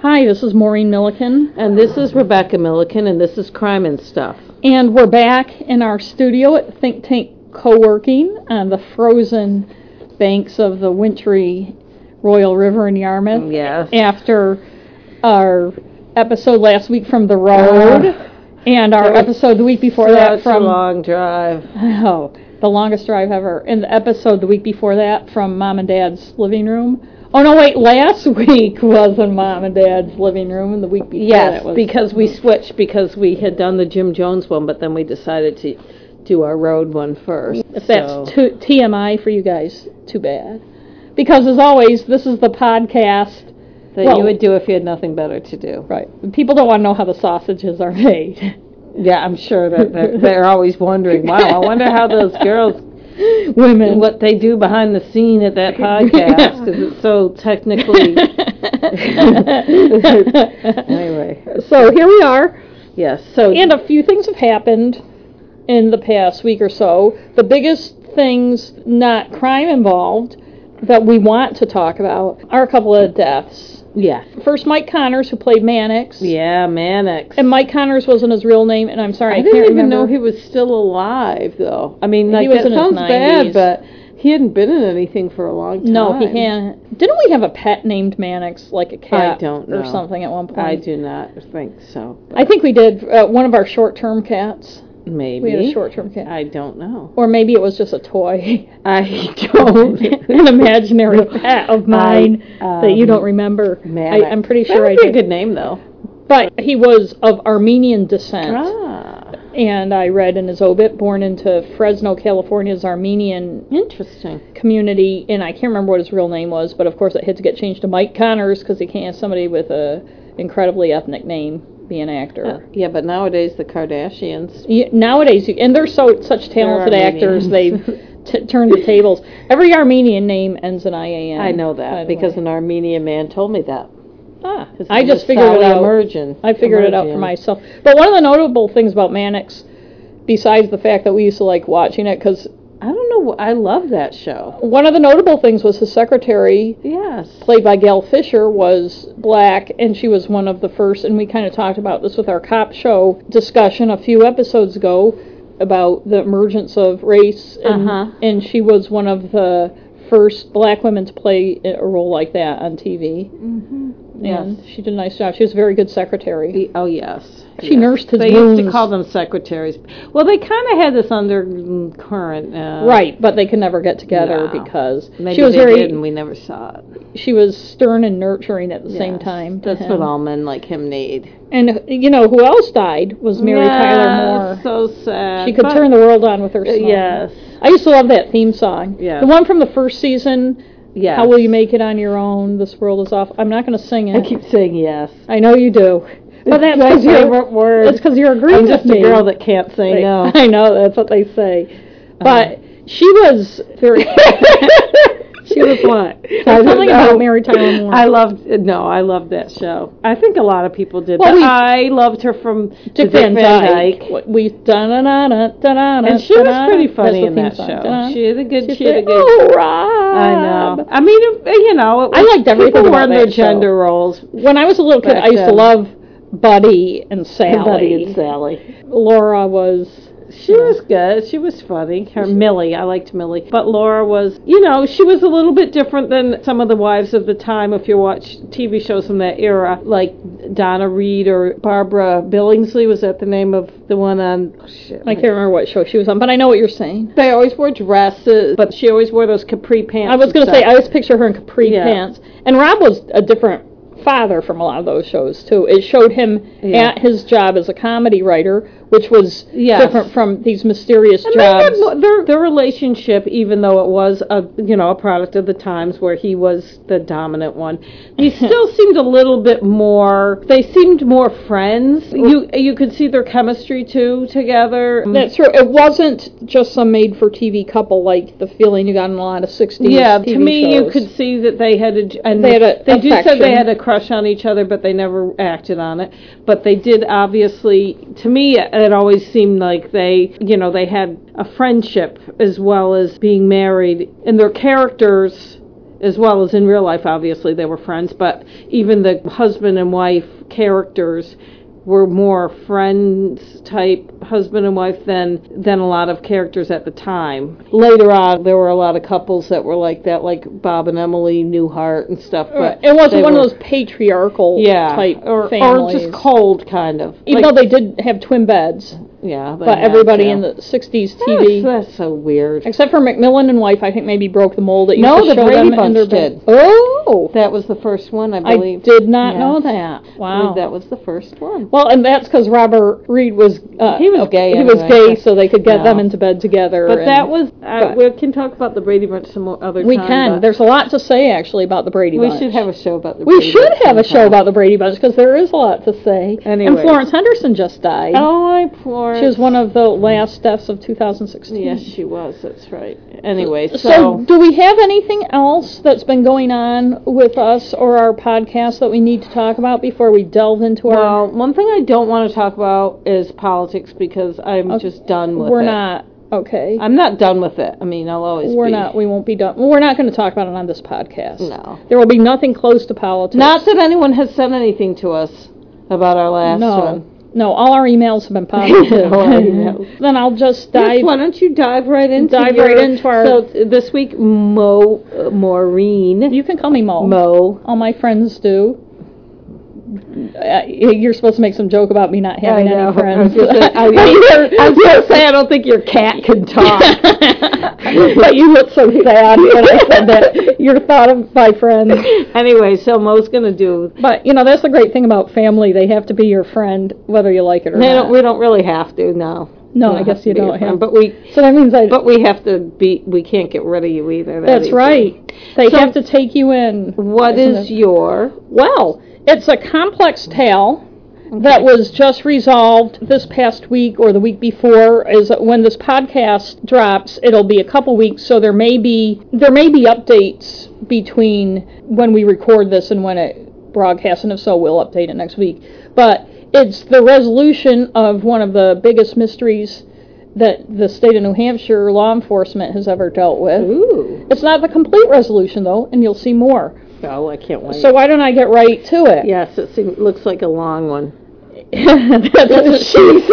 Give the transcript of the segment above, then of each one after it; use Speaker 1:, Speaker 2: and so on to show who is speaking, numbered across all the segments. Speaker 1: Hi, this is Maureen Milliken,
Speaker 2: And this is Rebecca Milliken, and this is Crime and Stuff.
Speaker 1: and we're back in our studio at Think Tank Co-working on the frozen banks of the wintry Royal River in Yarmouth.
Speaker 2: Yes.
Speaker 1: After our episode last week from the road, and our episode the week before that
Speaker 2: Uh-huh. Such a
Speaker 1: from
Speaker 2: long drive.
Speaker 1: Oh, the longest drive ever. In the episode the week before that from mom and dad's living room. Oh no, wait, last week was in mom and dad's living room, and the week before
Speaker 2: Yes,
Speaker 1: that was
Speaker 2: because we switched because we had done the Jim Jones one, but then we decided to do our road one first.
Speaker 1: if that's
Speaker 2: so-
Speaker 1: too, TMI for you guys, too bad. Because as always, this is the podcast.
Speaker 2: that
Speaker 1: well-
Speaker 2: you would do if you had nothing better to do.
Speaker 1: Right. People don't want to know how the sausages are made.
Speaker 2: Yeah, I'm sure that that they're always wondering. Wow, I wonder how those girls
Speaker 1: Women.
Speaker 2: what they do behind the scene at that podcast because it's so technically. anyway,
Speaker 1: so here we are.
Speaker 2: yes. So
Speaker 1: And a few things have happened in the past week or so. The biggest things, not crime involved, that we want to talk about are a couple of deaths.
Speaker 2: yeah,
Speaker 1: First, Mike Connors, who played Mannix.
Speaker 2: yeah, Mannix.
Speaker 1: And Mike Connors wasn't his real name, and I'm sorry, I,
Speaker 2: I didn't
Speaker 1: can't
Speaker 2: even
Speaker 1: remember.
Speaker 2: know he was still alive, though. I mean, like
Speaker 1: was in
Speaker 2: that
Speaker 1: his
Speaker 2: sounds
Speaker 1: 90s.
Speaker 2: bad, but he hadn't been in anything for a long time.
Speaker 1: No, he can't. Didn't we have a pet named Mannix, like a cat
Speaker 2: don't
Speaker 1: or
Speaker 2: know.
Speaker 1: something at one point?
Speaker 2: I do not think so.
Speaker 1: I think we did uh, one of our short-term cats.
Speaker 2: Maybe
Speaker 1: We had a short-term cat,
Speaker 2: I don't know.
Speaker 1: or maybe it was just a toy.
Speaker 2: I don't.
Speaker 1: an imaginary pet of mine
Speaker 2: I,
Speaker 1: that you
Speaker 2: um,
Speaker 1: don't remember. I,
Speaker 2: Mannix.
Speaker 1: I'm pretty
Speaker 2: That
Speaker 1: sure
Speaker 2: would
Speaker 1: I
Speaker 2: be
Speaker 1: did.
Speaker 2: a good name though.
Speaker 1: But he was of Armenian descent,
Speaker 2: Ah,
Speaker 1: and I read in his obit, born into Fresno, California's Armenian
Speaker 2: interesting.
Speaker 1: community, and I can't remember what his real name was, but of course it had to get changed to Mike Connors because he can't have somebody with a incredibly ethnic name be an actor.
Speaker 2: Yeah, but nowadays the Kardashians.
Speaker 1: Yeah. Nowadays, you, and they're so such talented actors,
Speaker 2: Armenians.
Speaker 1: they've t- turned the tables. Every Armenian name ends in IAN.
Speaker 2: I know
Speaker 1: by
Speaker 2: that
Speaker 1: the
Speaker 2: because
Speaker 1: way.
Speaker 2: an Armenian man told me that.
Speaker 1: Ah,
Speaker 2: His
Speaker 1: I
Speaker 2: name
Speaker 1: just
Speaker 2: is
Speaker 1: figured it
Speaker 2: Sally
Speaker 1: out.
Speaker 2: Emergent.
Speaker 1: I figured it out for
Speaker 2: Emergent.
Speaker 1: myself. But one of the notable things about Mannix, besides the fact that we used to like watching it, because
Speaker 2: I don't know. wh- I love that show.
Speaker 1: one of the notable things was his secretary,
Speaker 2: Yes.
Speaker 1: played by Gail Fisher, was black, and she was one of the first. And we kind of talked about this with our cop show discussion a few episodes ago about the emergence of race, and,
Speaker 2: Uh-huh.
Speaker 1: and she was one of the first black women to play a role like that on TV.
Speaker 2: Mm-hmm.
Speaker 1: And she did a nice job. She was a very good secretary.
Speaker 2: The- oh yes.
Speaker 1: She
Speaker 2: yes.
Speaker 1: nursed his
Speaker 2: They used
Speaker 1: wounds.
Speaker 2: to call them secretaries. Well, they kind of had this undercurrent. Uh,
Speaker 1: Right, but they could never get together
Speaker 2: No.
Speaker 1: because
Speaker 2: Maybe
Speaker 1: she was
Speaker 2: they
Speaker 1: very
Speaker 2: did, and we never saw it.
Speaker 1: she was stern and nurturing at the same
Speaker 2: Yes.
Speaker 1: time. to
Speaker 2: That's
Speaker 1: him.
Speaker 2: what all men like him need.
Speaker 1: And you know who else died was Mary Tyler Moore.
Speaker 2: Yes, So sad.
Speaker 1: she could
Speaker 2: But-
Speaker 1: turn the world on with her
Speaker 2: Uh,
Speaker 1: song.
Speaker 2: Yes.
Speaker 1: I used to love that theme song.
Speaker 2: Yes.
Speaker 1: The one from the first season,
Speaker 2: Yes.
Speaker 1: How Will You Make It On Your Own, This World Is Off. I'm not going to sing
Speaker 2: I
Speaker 1: it.
Speaker 2: keep saying yes.
Speaker 1: I know you do. But that's
Speaker 2: It's my
Speaker 1: because
Speaker 2: favorite
Speaker 1: you're,
Speaker 2: word.
Speaker 1: that's 'cause you're agreeing
Speaker 2: I'm
Speaker 1: with
Speaker 2: just
Speaker 1: me.
Speaker 2: a girl that can't
Speaker 1: Right.
Speaker 2: say no. Uh-huh.
Speaker 1: I know that's what they say. But she was very. she was what?
Speaker 2: I don't
Speaker 1: Something
Speaker 2: know.
Speaker 1: about Mary Tyler Moore.
Speaker 2: I loved no, I loved that show. I think a lot of people did.
Speaker 1: Well,
Speaker 2: but
Speaker 1: we-
Speaker 2: I loved her from
Speaker 1: Dick Van Dyke. What- We da da da da da da.
Speaker 2: and she was pretty funny in that show. She had a good. She had a good.
Speaker 1: Oh, Rob.
Speaker 2: I know. I mean, it, you know, it
Speaker 1: I
Speaker 2: was-
Speaker 1: liked everything
Speaker 2: People
Speaker 1: about
Speaker 2: were in their
Speaker 1: that show.
Speaker 2: gender roles.
Speaker 1: When I was a little kid,
Speaker 2: Back
Speaker 1: I used to
Speaker 2: then.
Speaker 1: love Buddy and Sally.
Speaker 2: Buddy and Sally.
Speaker 1: Laura was.
Speaker 2: She was good. She was funny. Her Millie, I liked Millie, but Laura was, you know, she was a little bit different than some of the wives of the time. If you watch TV shows from that era, like Donna Reed or Barbara Billingsley, was that the name of the one on? Oh, shit,
Speaker 1: I can't remember what show she was on, but I know what you're saying.
Speaker 2: They always wore dresses, but she always wore those capri pants.
Speaker 1: I was
Speaker 2: going
Speaker 1: going to say, I always picture her in capri
Speaker 2: Yeah.
Speaker 1: pants. And Rob was a different father from a lot of those shows, too. It showed him
Speaker 2: Yeah.
Speaker 1: at his job as a comedy writer, which was
Speaker 2: Yes.
Speaker 1: different from these mysterious
Speaker 2: And they had
Speaker 1: jobs.
Speaker 2: mo- their their relationship, even though it was a you know a product of the times where he was the dominant one, he still seemed a little bit more. They seemed more friends. You you could see their chemistry too together.
Speaker 1: That's true. It wasn't just some made for TV couple like the feeling you got in a lot of 60s.
Speaker 2: yeah,
Speaker 1: TV
Speaker 2: to me, you
Speaker 1: shows.
Speaker 2: could see that they had a and
Speaker 1: They had a
Speaker 2: they just said they
Speaker 1: affection.
Speaker 2: had a crush on each other, but they never acted on it. But they did obviously. To me, it always seemed like they, you know, they had a friendship as well as being married, and their characters as well as in real life, obviously, they were friends, but even the husband and wife characters were more friends type husband and wife than than a lot of characters at the time. Later on, there were a lot of couples that were like that, like Bob and Emily Newhart and stuff. But
Speaker 1: it wasn't
Speaker 2: they
Speaker 1: one
Speaker 2: were-
Speaker 1: of those patriarchal
Speaker 2: yeah,
Speaker 1: type
Speaker 2: or, or
Speaker 1: families.
Speaker 2: just cold kind of.
Speaker 1: even
Speaker 2: Like,
Speaker 1: though they did have twin beds,
Speaker 2: yeah, they
Speaker 1: but
Speaker 2: had
Speaker 1: everybody
Speaker 2: to.
Speaker 1: in the '60s
Speaker 2: That's,
Speaker 1: TV,
Speaker 2: that's so weird.
Speaker 1: except for McMillan and wife, I think maybe broke the mold. That used
Speaker 2: No,
Speaker 1: to
Speaker 2: the
Speaker 1: show
Speaker 2: Brady
Speaker 1: them in their
Speaker 2: Bunch
Speaker 1: bed.
Speaker 2: did.
Speaker 1: Oh,
Speaker 2: That was the first one, I
Speaker 1: I
Speaker 2: believe.
Speaker 1: did not
Speaker 2: Yeah.
Speaker 1: know that.
Speaker 2: I believe
Speaker 1: Wow.
Speaker 2: that was the first one.
Speaker 1: well, and that's because Robert Reed was uh,
Speaker 2: He was gay
Speaker 1: He was
Speaker 2: anyway.
Speaker 1: gay, so they could get
Speaker 2: Yeah.
Speaker 1: them into bed together.
Speaker 2: But
Speaker 1: and-
Speaker 2: that was. Uh,
Speaker 1: but-
Speaker 2: we can talk about the Brady Bunch some more other
Speaker 1: we
Speaker 2: time.
Speaker 1: can.
Speaker 2: but
Speaker 1: There's a lot to say actually about the Brady
Speaker 2: we
Speaker 1: Bunch.
Speaker 2: should have a show about the.
Speaker 1: We
Speaker 2: Brady
Speaker 1: should
Speaker 2: Bunch
Speaker 1: have a show
Speaker 2: sometime.
Speaker 1: about the Brady Bunch because there is a lot to say. And
Speaker 2: Anyways.
Speaker 1: Florence Henderson just died.
Speaker 2: Oh, I Florence.
Speaker 1: She was one of the last deaths of 2016.
Speaker 2: Yes, she was. That's right. Anyway, so,
Speaker 1: So, do we have anything else that's been going on with us or our podcast that we need to talk about before we delve into our?
Speaker 2: well, one thing I don't want to talk about is politics because I'm
Speaker 1: Okay.
Speaker 2: just done with
Speaker 1: we're
Speaker 2: it.
Speaker 1: not okay.
Speaker 2: I'm not done with it. I mean, I'll always.
Speaker 1: we're
Speaker 2: be.
Speaker 1: not. We won't be done. We're not going to talk about it on this podcast.
Speaker 2: No.
Speaker 1: There will be nothing close to politics.
Speaker 2: Not that anyone has said anything to us about our last
Speaker 1: no.
Speaker 2: one.
Speaker 1: No, all our emails have been positive.
Speaker 2: All our emails.
Speaker 1: Then I'll just
Speaker 2: Yes,
Speaker 1: dive.
Speaker 2: why don't you dive right into
Speaker 1: Dive
Speaker 2: your-
Speaker 1: right into our-
Speaker 2: So th- this week, Mo uh, Maureen.
Speaker 1: You can call me Mo.
Speaker 2: Mo.
Speaker 1: All my friends do. Uh, you're supposed to make some joke about me not
Speaker 2: I
Speaker 1: having any
Speaker 2: know. I was
Speaker 1: friends.
Speaker 2: gonna say- I was
Speaker 1: But
Speaker 2: gonna-
Speaker 1: you're-
Speaker 2: I was gonna say I don't think your cat can talk.
Speaker 1: but you look so sad when I said that. You're thought of by friends.
Speaker 2: anyway, so Mo's gonna do.
Speaker 1: But you know that's the great thing about family. They have to be your friend whether you like it or
Speaker 2: They
Speaker 1: not.
Speaker 2: don't, we don't really have to now.
Speaker 1: no, I guess you don't have.
Speaker 2: But we
Speaker 1: so that means I.
Speaker 2: But we have to be, we can't get rid of you either. That
Speaker 1: that's
Speaker 2: easy.
Speaker 1: right. They
Speaker 2: So-
Speaker 1: have to take you in.
Speaker 2: What
Speaker 1: Isn't
Speaker 2: is
Speaker 1: it?
Speaker 2: your,
Speaker 1: Well, it's a complex tale that was just resolved this past week or the week before is when this podcast drops it'll be a couple weeks so there may be there may be updates between when we record this and when it broadcasts and if so we'll update it next week but it's the resolution of one of the biggest mysteries that the state of New Hampshire law enforcement has ever dealt with
Speaker 2: ooh,
Speaker 1: it's not the complete resolution though and you'll see more
Speaker 2: oh, I can't wait.
Speaker 1: so why don't I get right to it
Speaker 2: yes, it seems, looks like a long one.
Speaker 1: That's what she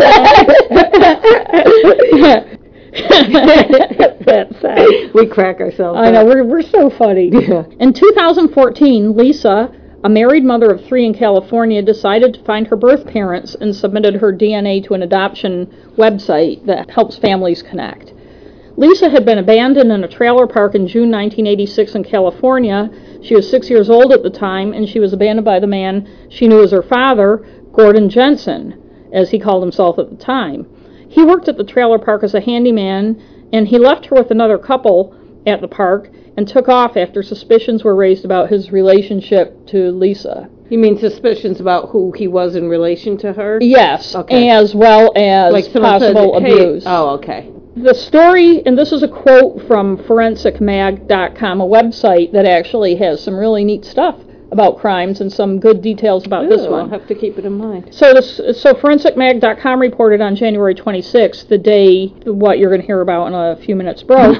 Speaker 1: said. That's sad.
Speaker 2: We crack ourselves
Speaker 1: I know,
Speaker 2: up.
Speaker 1: we're, we're so funny.
Speaker 2: Yeah.
Speaker 1: In 2014, Lisa, a married mother of three in California, decided to find her birth parents and submitted her DNA to an adoption website that helps families connect. Lisa had been abandoned in a trailer park in June 1986 in California. She was six years old at the time, and she was abandoned by the man she knew as her father, Gordon Jensen, as he called himself at the time. He worked at the trailer park as a handyman, and he left her with another couple at the park and took off after suspicions were raised about his relationship to Lisa.
Speaker 2: You mean suspicions about who he was in relation to her?
Speaker 1: Yes,
Speaker 2: Okay.
Speaker 1: as well as
Speaker 2: Like someone said,
Speaker 1: possible
Speaker 2: hey-
Speaker 1: abuse.
Speaker 2: Oh, okay.
Speaker 1: the story, and this is a quote from forensicmag.com, a website that actually has some really neat stuff about crimes and some good details about this
Speaker 2: Ooh,
Speaker 1: one.
Speaker 2: I'll have to keep it in mind.
Speaker 1: So, this, so forensicmag.com reported on January 26th, the day what you're going to hear about in a few minutes, bro.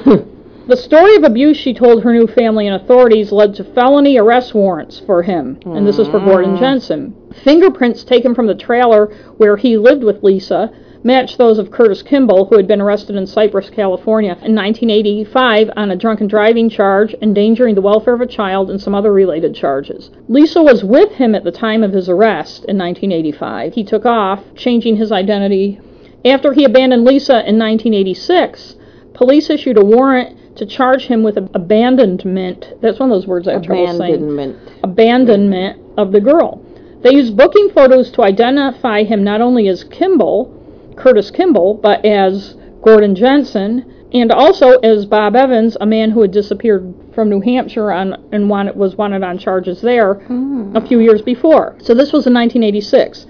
Speaker 1: the story of abuse she told her new family and authorities led to felony arrest warrants for him, and this is for Gordon Jensen. Fingerprints taken from the trailer where he lived with Lisa matched those of Curtis Kimball, who had been arrested in Cypress, California, in 1985 on a drunken driving charge, endangering the welfare of a child, and some other related charges. Lisa was with him at the time of his arrest in 1985. He took off, changing his identity. After he abandoned Lisa in 1986, police issued a warrant to charge him with abandonment. That's one of those words I have trouble saying
Speaker 2: Abandonment.
Speaker 1: abandonment of the girl. They used booking photos to identify him not only as Kimball, Curtis Kimball, but as Gordon Jensen, and also as Bob Evans, a man who had disappeared from New Hampshire on, and wanted, was wanted on charges there a few years before. So this was in 1986.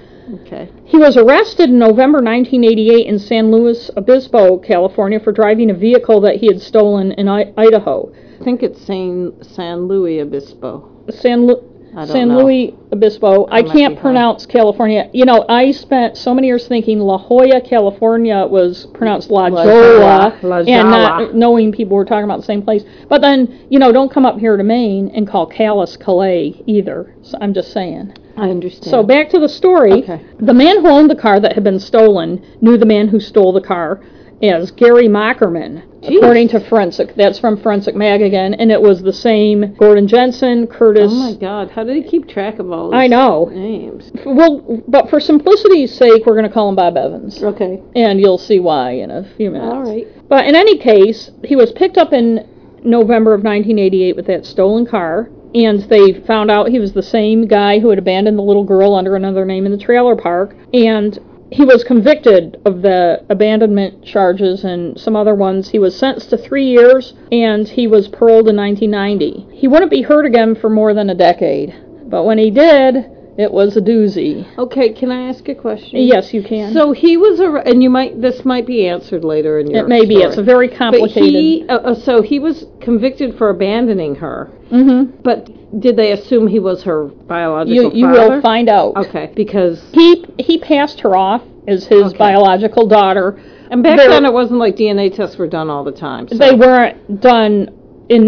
Speaker 2: Okay.
Speaker 1: He was arrested in November 1988 in San Luis Obispo, California, for driving a vehicle that he had stolen in I- Idaho.
Speaker 2: I think it's San, San Luis Obispo.
Speaker 1: San Lu-
Speaker 2: I don't
Speaker 1: San
Speaker 2: know.
Speaker 1: Luis Obispo. I
Speaker 2: might be
Speaker 1: can't
Speaker 2: high.
Speaker 1: pronounce California. You know, I spent so many years thinking La Jolla, California was pronounced La
Speaker 2: La
Speaker 1: Jolla,
Speaker 2: Jolla. La
Speaker 1: and
Speaker 2: Jolla.
Speaker 1: not knowing people were talking about the same place. But then, you know, don't come up here to Maine and call Calais Calais either. So I'm just saying.
Speaker 2: I understand.
Speaker 1: So back to the story.
Speaker 2: Okay.
Speaker 1: The man who owned the car that had been stolen knew the man who stole the car as Gary Mockerman,
Speaker 2: Jeez.
Speaker 1: according to Forensic. That's from Forensic Mag again, and it was the same Gordon Jensen, Curtis.
Speaker 2: oh my God, how did he keep track of all? These
Speaker 1: I know.
Speaker 2: names.
Speaker 1: Well, but for simplicity's sake, we're going to call him Bob Evans,
Speaker 2: Okay,
Speaker 1: and you'll see why in a few minutes.
Speaker 2: all right.
Speaker 1: But in any case, he was picked up in November of 1988 with that stolen car, and they found out he was the same guy who had abandoned the little girl under another name in the trailer park, and he was convicted of the abandonment charges and some other ones. He was sentenced to three years, and he was paroled in 1990. He wouldn't be heard again for more than a decade, but when he did, it was a doozy.
Speaker 2: Okay, can I ask a question?
Speaker 1: Yes, you can.
Speaker 2: So he was a, and you might this might be answered later in your.
Speaker 1: it may be.
Speaker 2: story.
Speaker 1: It's a very
Speaker 2: But
Speaker 1: complicated.
Speaker 2: he, uh, uh, so he was convicted for abandoning her.
Speaker 1: Mhm.
Speaker 2: But did they assume he was her
Speaker 1: You,
Speaker 2: biological
Speaker 1: you
Speaker 2: father?
Speaker 1: will find out.
Speaker 2: Okay, because
Speaker 1: he he passed her off as his
Speaker 2: Okay.
Speaker 1: biological daughter.
Speaker 2: and back
Speaker 1: There-
Speaker 2: then it wasn't like DNA tests were done all the time. So.
Speaker 1: They weren't done in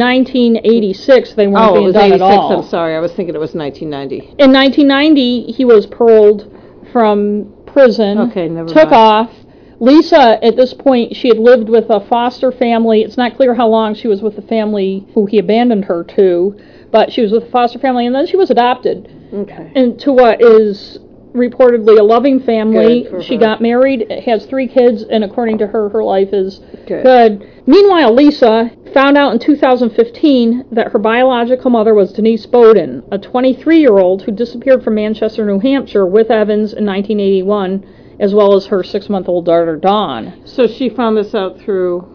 Speaker 1: 1986. They weren't
Speaker 2: oh, it
Speaker 1: being
Speaker 2: was
Speaker 1: done
Speaker 2: 86.
Speaker 1: at all.
Speaker 2: I'm sorry, I was thinking it was 1990.
Speaker 1: In 1990, he was paroled from prison.
Speaker 2: Okay, never
Speaker 1: Took
Speaker 2: mind.
Speaker 1: off. Lisa, at this point, she had lived with a foster family. It's not clear how long she was with the family who he abandoned her to, but she was with a foster family, and then she was adopted.
Speaker 2: Okay.
Speaker 1: and to what is reportedly a loving family.
Speaker 2: Good for
Speaker 1: She
Speaker 2: her.
Speaker 1: got married, has three kids, and according to her, her life is
Speaker 2: Good.
Speaker 1: Meanwhile, Lisa found out in 2015 that her biological mother was Denise Bowden, a 23 year old who disappeared from Manchester, New Hampshire with Evans in 1981, as well as her six month old daughter, Dawn
Speaker 2: So she found this out through.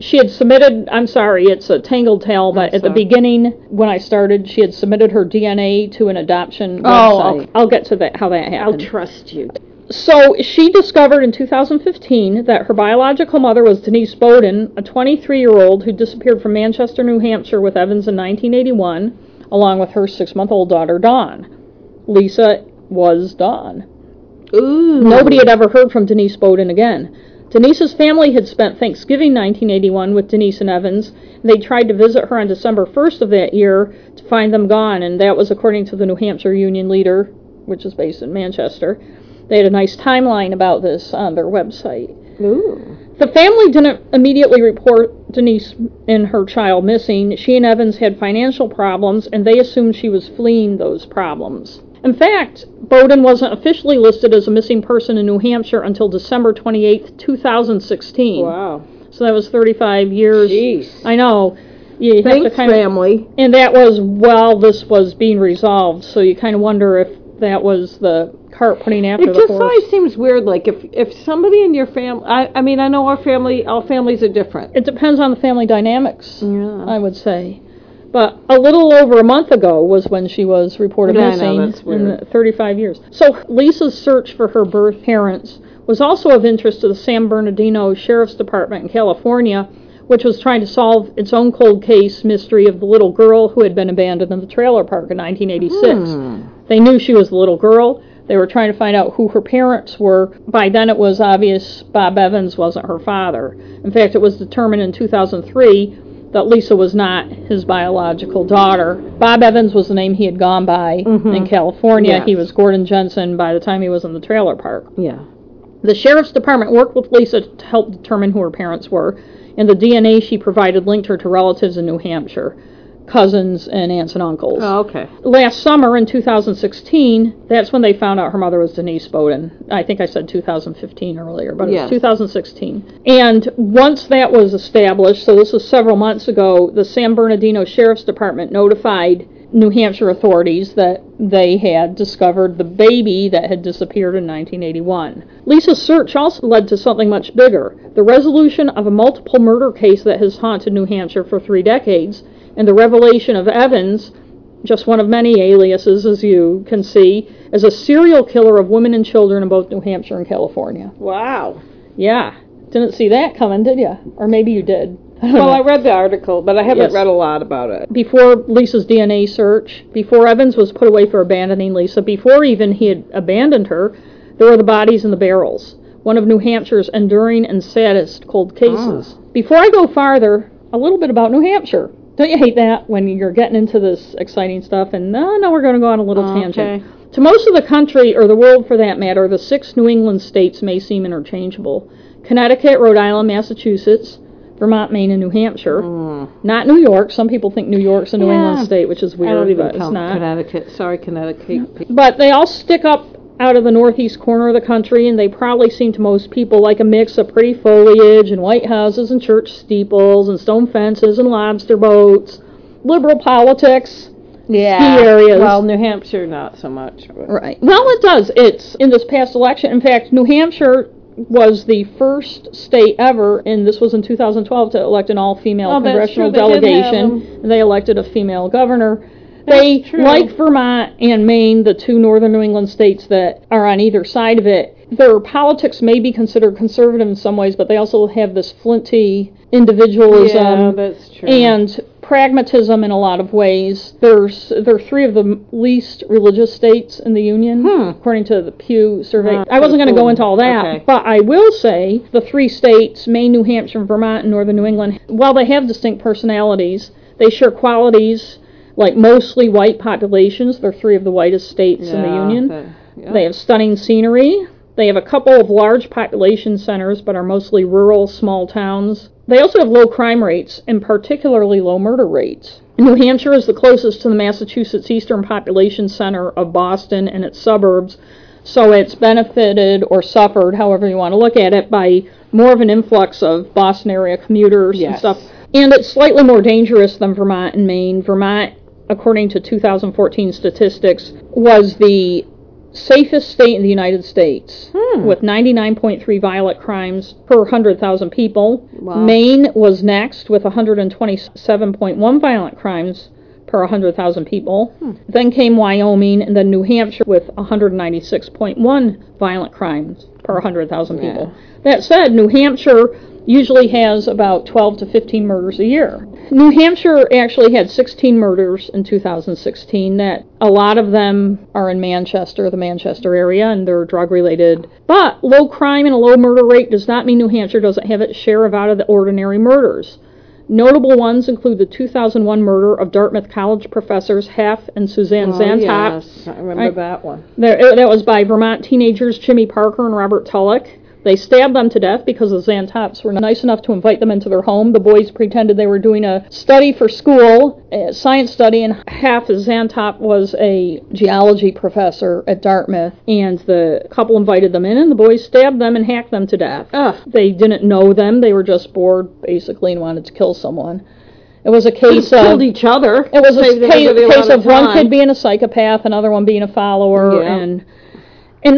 Speaker 1: she had submitted i'm sorry it's a tangled tale but at the
Speaker 2: sorry.
Speaker 1: beginning when i started she had submitted her dna to an adoption
Speaker 2: Oh,
Speaker 1: website
Speaker 2: okay.
Speaker 1: i'll get to that how that happened
Speaker 2: trust you.
Speaker 1: so she discovered in 2015 that her biological mother was Denise Bowden, a 23 year old who disappeared from Manchester, New Hampshire with Evans in 1981, along with her six month old daughter, Dawn. Lisa was Dawn.
Speaker 2: Ooh.
Speaker 1: Nobody had ever heard from Denise Bowden again. Denise's family had spent Thanksgiving 1981 with Denise and Evans. They tried to visit her on December 1st of that year to find them gone, and that was according to the New Hampshire Union Leader, which is based in Manchester. They had a nice timeline about this on their website.
Speaker 2: Ooh.
Speaker 1: The family didn't immediately report Denise and her child missing. She and Evans had financial problems, and they assumed she was fleeing those problems. In fact, Bowden wasn't officially listed as a missing person in New Hampshire until December 28, 2016.
Speaker 2: Wow.
Speaker 1: So that was 35 years.
Speaker 2: Jeez.
Speaker 1: I know. You have to
Speaker 2: Thanks,
Speaker 1: kind of
Speaker 2: family.
Speaker 1: and that was while this was being resolved, so you kind of wonder if that was the cart putting after
Speaker 2: It
Speaker 1: the
Speaker 2: just
Speaker 1: horse.
Speaker 2: always seems weird. Like if if somebody in your family, I I mean I know our family, all families are different.
Speaker 1: It depends on the family dynamics.
Speaker 2: Yeah.
Speaker 1: I would say. But a little over a month ago was when she was reported
Speaker 2: Yeah, I know,
Speaker 1: missing
Speaker 2: that's weird.
Speaker 1: in the 35 years. So Lisa's search for her birth parents was also of interest to the San Bernardino Sheriff's Department in California, which was trying to solve its own cold case mystery of the little girl who had been abandoned in the trailer park in 1986. They knew she was the little girl. They were trying to find out who her parents were. By then, it was obvious Bob Evans wasn't her father. In fact, it was determined in 2003 that Lisa was not his biological daughter. Bob Evans was the name he had gone by in California.
Speaker 2: Yes.
Speaker 1: He was Gordon Jensen by the time he was in the trailer park.
Speaker 2: Yeah.
Speaker 1: The sheriff's department worked with Lisa to help determine who her parents were, and the DNA she provided linked her to relatives in New Hampshire, cousins and aunts and uncles
Speaker 2: Oh, okay.
Speaker 1: last summer in 2016, that's when they found out her mother was Denise Bowden. I think I said 2015 earlier, but
Speaker 2: Yes.
Speaker 1: it was 2016. And once that was established, so this is several months ago, the San Bernardino Sheriff's Department notified New Hampshire authorities that they had discovered the baby that had disappeared in 1981. Lisa's search also led to something much bigger the resolution of a multiple murder case that has haunted New Hampshire for three decades, and the revelation of Evans, just one of many aliases, as you can see, as a serial killer of women and children in both New Hampshire and California.
Speaker 2: Wow.
Speaker 1: Yeah. Didn't see that coming, did you? Or maybe you did.
Speaker 2: Well, I read the article, but I haven't
Speaker 1: Yes.
Speaker 2: read a lot about it.
Speaker 1: before Lisa's DNA search, before Evans was put away for abandoning Lisa, before even he had abandoned her, there were the bodies in the barrels, one of New Hampshire's enduring and saddest cold cases. Before I go farther, a little bit about New Hampshire. Don't you hate that when you're getting into this exciting stuff and no, no, we're going to go on a little
Speaker 2: Okay.
Speaker 1: tangent. To most of the country, or the world for that matter, the six New England states may seem interchangeable Connecticut, Rhode Island, Massachusetts, Vermont, Maine, and New Hampshire. Not New York. Some people think New York's a New
Speaker 2: Yeah.
Speaker 1: England state, which is weird,
Speaker 2: I don't even
Speaker 1: but it's
Speaker 2: count
Speaker 1: not.
Speaker 2: Connecticut. Sorry, Connecticut. people.
Speaker 1: But they all stick up out of the northeast corner of the country, and they probably seem to most people like a mix of pretty foliage and white houses and church steeples and stone fences and lobster boats, liberal politics.
Speaker 2: Yeah.
Speaker 1: Ski areas.
Speaker 2: Well, New Hampshire, not so much. but-
Speaker 1: Right. Well, it does. It's in this past election. In fact, New Hampshire was the first state ever, and this was in 2012, to elect an all-female
Speaker 2: Oh, that's
Speaker 1: congressional
Speaker 2: true. They did have
Speaker 1: delegation. and they elected a female governor.
Speaker 2: That's
Speaker 1: they,
Speaker 2: true.
Speaker 1: like Vermont and Maine, the two northern New England states that are on either side of it, their politics may be considered conservative in some ways, but they also have this flinty individualism
Speaker 2: Yeah, that's true.
Speaker 1: and pragmatism in a lot of ways. There's there are three of the m- least religious states in the union, according to the Pew survey.
Speaker 2: Ah,
Speaker 1: I wasn't going to go
Speaker 2: cool.
Speaker 1: into all that,
Speaker 2: Hmm. Okay.
Speaker 1: but I will say the three states, Maine, New Hampshire, Vermont, and northern New England, while they have distinct personalities, they share qualities like mostly white populations. They're three of the whitest states in the
Speaker 2: Yeah,
Speaker 1: union.
Speaker 2: that- yeah.
Speaker 1: They have stunning scenery. They have a couple of large population centers, but are mostly rural, small towns. They also have low crime rates, and particularly low murder rates. New Hampshire is the closest to the Massachusetts Eastern Population Center of Boston and its suburbs, so it's benefited or suffered, however you want to look at it, by more of an influx of Boston area commuters and
Speaker 2: Yes.
Speaker 1: stuff. And it's slightly more dangerous than Vermont and Maine. Vermont, according to 2014 statistics, was the safest state in the United States with 99.3 violent crimes per 100,000 people. Maine was next with 127.1 violent crimes per 100,000 people. Then came Wyoming and then New Hampshire with 196.1 violent crimes per 100,000 people. That said, New Hampshire usually has about 12 to 15 murders a year. New Hampshire actually had 16 murders in 2016 that a lot of them are in Manchester, the Manchester area and they're drug related. But low crime and a low murder rate does not mean New Hampshire doesn't have its share of out of the ordinary murders. Notable ones include the 2001 murder of Dartmouth College professors Heff and Suzanne
Speaker 2: Oh,
Speaker 1: Zantop.
Speaker 2: yes, I remember
Speaker 1: Right.
Speaker 2: that one.
Speaker 1: There, that was by Vermont teenagers Jimmy Parker and Robert Tulloch. They stabbed them to death because the Zantops were nice enough to invite them into their home. The boys pretended they were doing a study for school, a science study, and half the Zantop was a geology professor at Dartmouth. And the couple invited them in, and the boys stabbed them and hacked them to death. Ah,
Speaker 2: Ugh.
Speaker 1: They didn't know them, they were just bored, basically, and wanted to kill someone. It was a case of.
Speaker 2: Killed each other.
Speaker 1: It was
Speaker 2: Saved
Speaker 1: a case,
Speaker 2: everybody a
Speaker 1: case
Speaker 2: lot
Speaker 1: of one
Speaker 2: time.
Speaker 1: kid being a psychopath, another one being a follower,
Speaker 2: Yeah.
Speaker 1: and in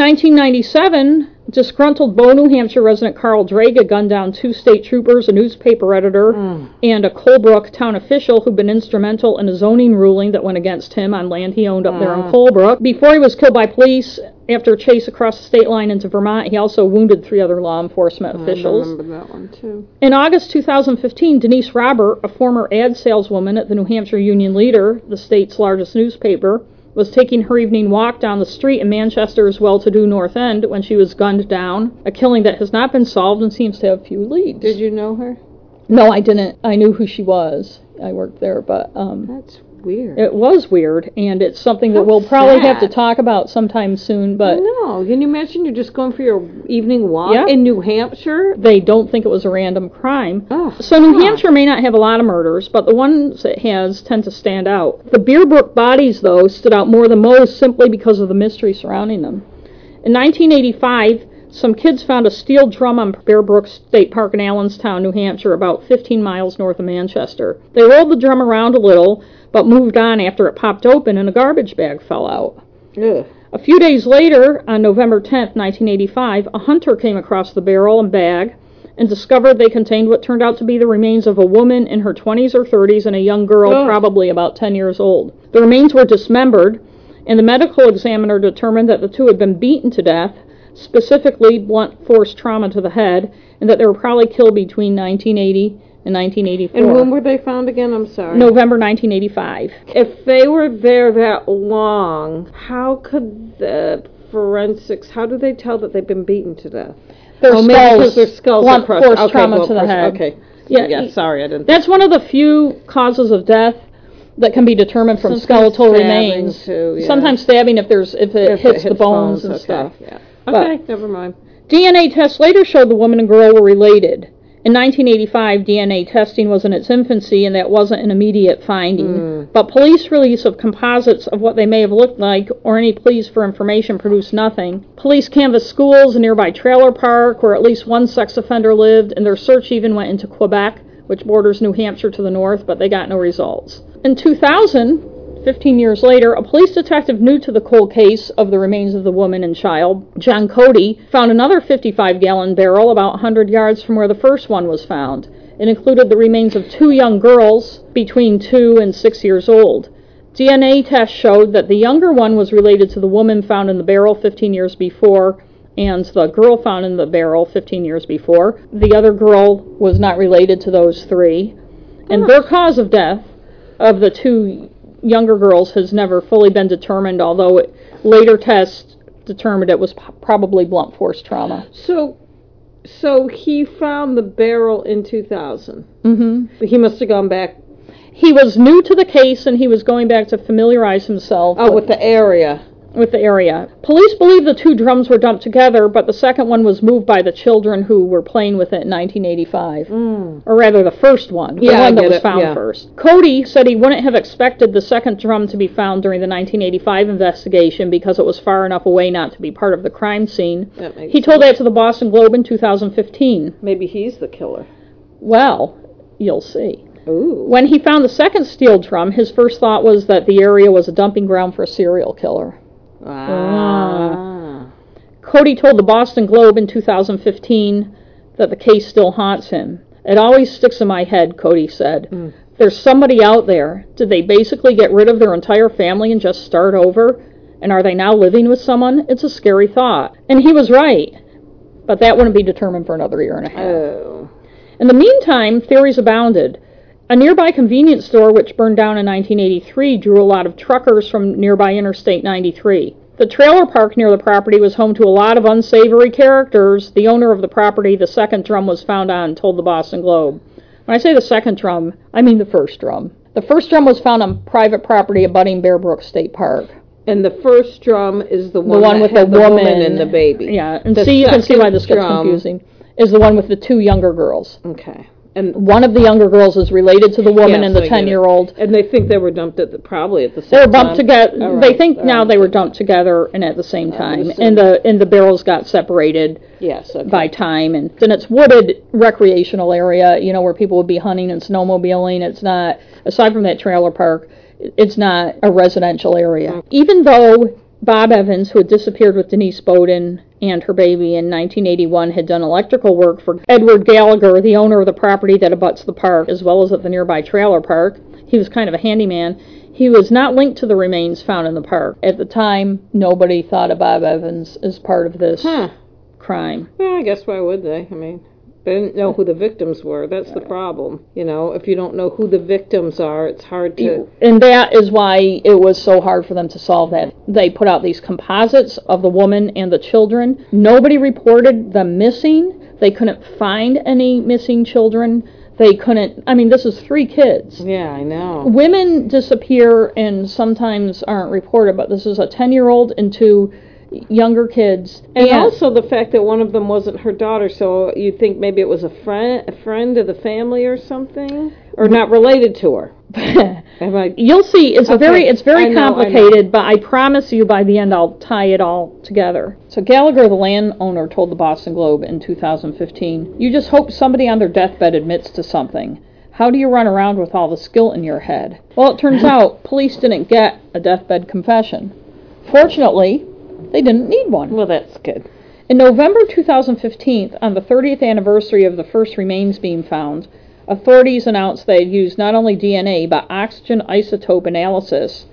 Speaker 1: 1997, disgruntled Bow, New Hampshire resident Carl Draga gunned down two state troopers, a newspaper editor,
Speaker 2: Hmm.
Speaker 1: and a Colebrook town official who'd been instrumental in a zoning ruling that went against him on land he owned up there
Speaker 2: Hmm.
Speaker 1: in Colebrook. Before he was killed by police, after a chase across the state line into Vermont, he also wounded three other law enforcement officials.
Speaker 2: I remember that one too.
Speaker 1: In August 2015, Denise Robert, a former ad saleswoman at the New Hampshire Union Leader, the state's largest newspaper, was taking her evening walk down the street in Manchester's well to do North End when she was gunned down, a killing that has not been solved and seems to have few leads.
Speaker 2: Did you know her?
Speaker 1: No, I didn't. I knew who she was. I worked there, but um,
Speaker 2: That's weird.
Speaker 1: it was weird, and it's something that
Speaker 2: That's
Speaker 1: we'll probably have to
Speaker 2: sad.
Speaker 1: talk about sometime soon, but
Speaker 2: no, can you imagine you're just going for your evening walk
Speaker 1: Yeah.
Speaker 2: in New Hampshire?
Speaker 1: they don't think it was a random crime.
Speaker 2: Oh,
Speaker 1: So New
Speaker 2: huh.
Speaker 1: Hampshire may not have a lot of murders, but the ones it has tend to stand out. The Beerbrook bodies, though, stood out more than most simply because of the mystery surrounding them. In 1985, some kids found a steel drum on Bearbrook State Park in Allenstown, New Hampshire, about 15 miles north of Manchester. They rolled the drum around a little, but moved on after it popped open and a garbage bag fell out.
Speaker 2: Ugh.
Speaker 1: A few days later, on November 10, 1985, a hunter came across the barrel and bag and discovered they contained what turned out to be the remains of a woman in her 20s or 30s and a young girl,
Speaker 2: Ugh.
Speaker 1: probably about 10 years old. The remains were dismembered, and the medical examiner determined that the two had been beaten to death, specifically blunt force trauma to the head, and that they were probably killed between 1980 in 1984.
Speaker 2: And when were they found again? I'm sorry.
Speaker 1: November 1985.
Speaker 2: If they were there that long, how could the forensics? How do they tell that they've been beaten to death?
Speaker 1: Their
Speaker 2: oh, maybe because
Speaker 1: skulls,
Speaker 2: their skulls are
Speaker 1: blunt
Speaker 2: crushed.
Speaker 1: force
Speaker 2: okay,
Speaker 1: trauma
Speaker 2: well,
Speaker 1: to the
Speaker 2: crushed.
Speaker 1: head.
Speaker 2: Okay.
Speaker 1: Yeah,
Speaker 2: Yeah,
Speaker 1: y-
Speaker 2: Sorry, I didn't.
Speaker 1: That's one of the few causes of death that can be determined from
Speaker 2: Sometimes
Speaker 1: skeletal
Speaker 2: stabbing,
Speaker 1: remains.
Speaker 2: too, yeah.
Speaker 1: Sometimes stabbing if there's if it,
Speaker 2: If
Speaker 1: hits,
Speaker 2: it
Speaker 1: the bones, and
Speaker 2: okay,
Speaker 1: stuff.
Speaker 2: Yeah.
Speaker 1: But-
Speaker 2: Okay. Never mind.
Speaker 1: DNA tests later showed the woman and girl were related. In 1985, DNA testing was in its infancy, and that wasn't an immediate finding. But police release of composites of what they may have looked like or any pleas for information produced nothing. Police canvassed schools, a nearby trailer park where at least one sex offender lived, and their search even went into Quebec, which borders New Hampshire to the north, but they got no results. In 2000, 15 years later, a police detective new to the cold case of the remains of the woman and child, John Cody, found another 55 gallon barrel about 100 yards from where the first one was found. It included the remains of two young girls between 2 and 6 years old. DNA tests showed that the younger one was related to the woman found in the barrel 15 years before and the girl found in the barrel 15 years before. The other girl was not related to those three. And their cause of death of the two younger girls has never fully been determined, although it, later tests determined it was p- probably blunt force trauma.
Speaker 2: So, so he found the barrel in 2000. Mm-hmm. He must have gone back.
Speaker 1: He was new to the case and he was going back to familiarize himself
Speaker 2: Oh, with the area.
Speaker 1: with the area. Police believe the two drums were dumped together, but the second one was moved by the children who were playing with it in 1985. Or rather, the first one. The
Speaker 2: Mm. Yeah, I
Speaker 1: one that
Speaker 2: get
Speaker 1: was
Speaker 2: it,
Speaker 1: found
Speaker 2: yeah.
Speaker 1: first. Cody said he wouldn't have expected the second drum to be found during the 1985 investigation because it was far enough away not to be part of the crime scene.
Speaker 2: That makes
Speaker 1: He told that to the Boston Globe in 2015.
Speaker 2: Maybe he's the killer.
Speaker 1: Well, you'll see.
Speaker 2: Ooh.
Speaker 1: When he found the second steel drum, his first thought was that the area was a dumping ground for a serial killer.
Speaker 2: Ah.
Speaker 1: Cody told the Boston Globe in 2015 that the case still haunts him. It always sticks in my head, Cody said. There's somebody out there. Did they basically get rid of their entire family and just start over? And are they now living with someone? It's a scary thought. And he was right. But that wouldn't be determined for another year and a half.
Speaker 2: Oh.
Speaker 1: In the meantime, theories abounded. A nearby convenience store, which burned down in 1983, drew a lot of truckers from nearby Interstate 93. The trailer park near the property was home to a lot of unsavory characters. The owner of the property the second drum was found on told the Boston Globe. When I say the second drum, I mean the first drum. The first drum was found on private property abutting Bear Brook State Park.
Speaker 2: And the first drum is
Speaker 1: The
Speaker 2: the one,
Speaker 1: one
Speaker 2: that
Speaker 1: with
Speaker 2: had
Speaker 1: the, woman,
Speaker 2: and the baby.
Speaker 1: Yeah, and
Speaker 2: The
Speaker 1: see, you can see why this
Speaker 2: second
Speaker 1: gets
Speaker 2: drum-
Speaker 1: confusing. Is the one with the two younger girls
Speaker 2: Okay. And
Speaker 1: one of the younger girls is related to the woman
Speaker 2: Yes,
Speaker 1: and the
Speaker 2: I get it.
Speaker 1: ten year old.
Speaker 2: and they think they were dumped at the, probably at the same
Speaker 1: They were
Speaker 2: time.
Speaker 1: bumped together.
Speaker 2: All
Speaker 1: They
Speaker 2: right,
Speaker 1: think
Speaker 2: all
Speaker 1: now
Speaker 2: right.
Speaker 1: they were dumped together and at the same time, and
Speaker 2: understand.
Speaker 1: the and the barrels got separated
Speaker 2: Yes. Okay.
Speaker 1: by time. And then it's wooded recreational area, you know, where people would be hunting and snowmobiling. It's not aside from that trailer park, it's not a residential area. Even though Bob Evans, who had disappeared with Denise Bowden and her baby in 1981, had done electrical work for Edward Gallagher, the owner of the property that abuts the park, as well as at the nearby trailer park. He was kind of a handyman. He was not linked to the remains found in the park. At the time, nobody thought of Bob Evans as part of this
Speaker 2: Huh.
Speaker 1: crime.
Speaker 2: Yeah, I guess why would they? I mean, they didn't know who the victims were. That's the problem. You know, if you don't know who the victims are, it's hard to.
Speaker 1: And that is why it was so hard for them to solve that. They put out these composites of the woman and the children. Nobody reported them missing. They couldn't find any missing children. They couldn't, I mean, this is three kids.
Speaker 2: Yeah, I know.
Speaker 1: Women disappear and sometimes aren't reported, but this is a 10 year old and two younger kids.
Speaker 2: And also the fact that one of them wasn't her daughter, so you'd think maybe it was a friend, a friend of the family or something, or not related to her. Am I?
Speaker 1: You'll see. It's a very it's
Speaker 2: I
Speaker 1: very
Speaker 2: know, I know.
Speaker 1: complicated, but I promise you by the end I'll tie it all together. So Gallagher, the landowner, told the Boston Globe in 2015, "You just hope somebody on their deathbed admits to something. How do you run around with all this guilt in your head?" Well, it turns out police didn't get a deathbed confession. Fortunately, they didn't need one.
Speaker 2: Well, that's good.
Speaker 1: In November 2015, on the 30th anniversary of the first remains being found, authorities announced they had used not only DNA but oxygen isotope analysis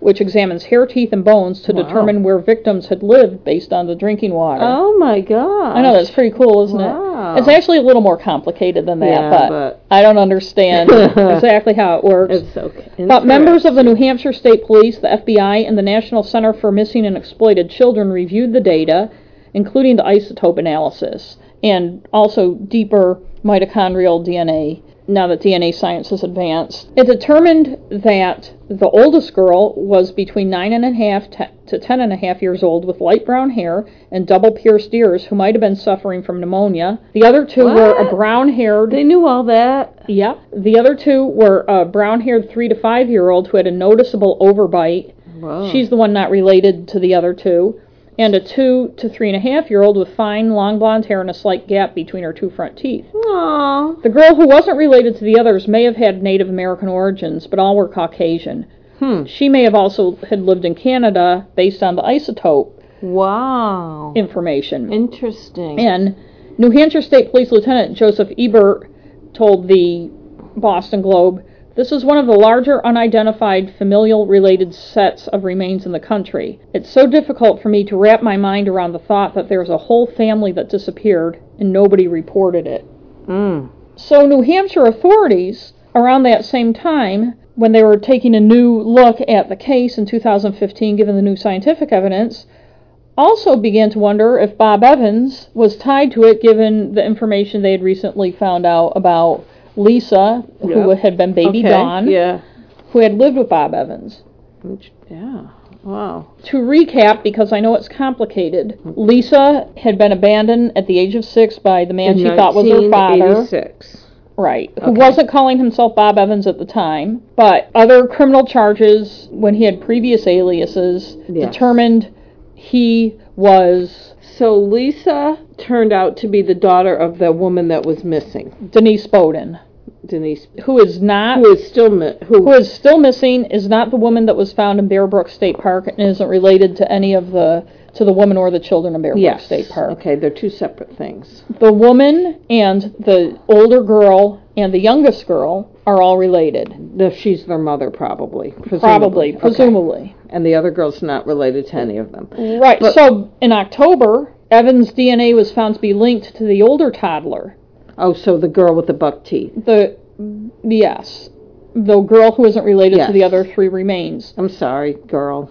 Speaker 1: which examines hair, teeth, and bones to
Speaker 2: Wow.
Speaker 1: determine where victims had lived based on the drinking water.
Speaker 2: Oh my god.
Speaker 1: I know that's pretty cool, isn't
Speaker 2: Wow.
Speaker 1: it? It's actually a little more complicated than that,
Speaker 2: Yeah,
Speaker 1: but,
Speaker 2: but-
Speaker 1: I don't understand exactly how it works.
Speaker 2: It's okay.
Speaker 1: But members of the New Hampshire State Police, the FBI, and the National Center for Missing and Exploited Children reviewed the data, including the isotope analysis, and also deeper mitochondrial DNA. Now that DNA science has advanced, it determined that the oldest girl was between nine and a half te- to ten and a half years old with light brown hair and double pierced ears who might have been suffering from pneumonia. The other two were a
Speaker 2: What?
Speaker 1: brown haired
Speaker 2: They knew all that.
Speaker 1: Yep. The other two were a brown haired three to five year old who had a noticeable overbite.
Speaker 2: Whoa.
Speaker 1: She's the one not related to the other two. And a two to three and a half year old with fine, long blonde hair and a slight gap between her two front teeth.
Speaker 2: Hmm. Aw.
Speaker 1: The girl who wasn't related to the others may have had Native American origins, but all were Caucasian.
Speaker 2: Hmm.
Speaker 1: She may have also had lived in Canada based on the isotope
Speaker 2: Wow.
Speaker 1: information.
Speaker 2: Interesting.
Speaker 1: And New Hampshire State Police Lieutenant Joseph Ebert told the Boston Globe, "This is one of the larger unidentified familial related sets of remains in the country. It's so difficult for me to wrap my mind around the thought that there's a whole family that disappeared and nobody reported it."
Speaker 2: Mm.
Speaker 1: So New Hampshire authorities, around that same time, when they were taking a new look at the case in 2015, given the new scientific evidence, also began to wonder if Bob Evans was tied to it, given the information they had recently found out about Lisa, who
Speaker 2: Yep.
Speaker 1: had been baby
Speaker 2: okay.
Speaker 1: Dawn,
Speaker 2: Yeah.
Speaker 1: who had lived with Bob Evans.
Speaker 2: Int- Yeah. Wow.
Speaker 1: To recap, because I know it's complicated, Lisa had been abandoned at the age of six by the man she thought was her father.
Speaker 3: 1986.
Speaker 1: Right. Who wasn't calling himself Bob Evans at the time, but other criminal charges when he had previous aliases
Speaker 3: Yes.
Speaker 1: determined he was
Speaker 2: So Lisa turned out to be the daughter of the woman that was missing,
Speaker 1: Denise Bowden,
Speaker 2: Denise,
Speaker 1: who is not
Speaker 2: who is still mi- who
Speaker 1: who is still missing, is not the woman that was found in Bear Brook State Park and isn't related to any of the to the woman or the children in Bear Brook
Speaker 2: Yes.
Speaker 1: State Park.
Speaker 2: Okay, they're two separate things.
Speaker 1: The woman and the older girl and the youngest girl are all related.
Speaker 2: The, she's their mother, probably. Presumably.
Speaker 1: Probably,
Speaker 2: Okay.
Speaker 1: presumably.
Speaker 2: And the other girl's not related to any of them.
Speaker 1: Right. so in October, Evan's DNA was found to be linked to the older toddler.
Speaker 2: Oh, so the girl with the buck teeth.
Speaker 1: The yes, the girl who isn't related to the
Speaker 2: Yes.
Speaker 1: other three remains.
Speaker 2: I'm sorry, girl,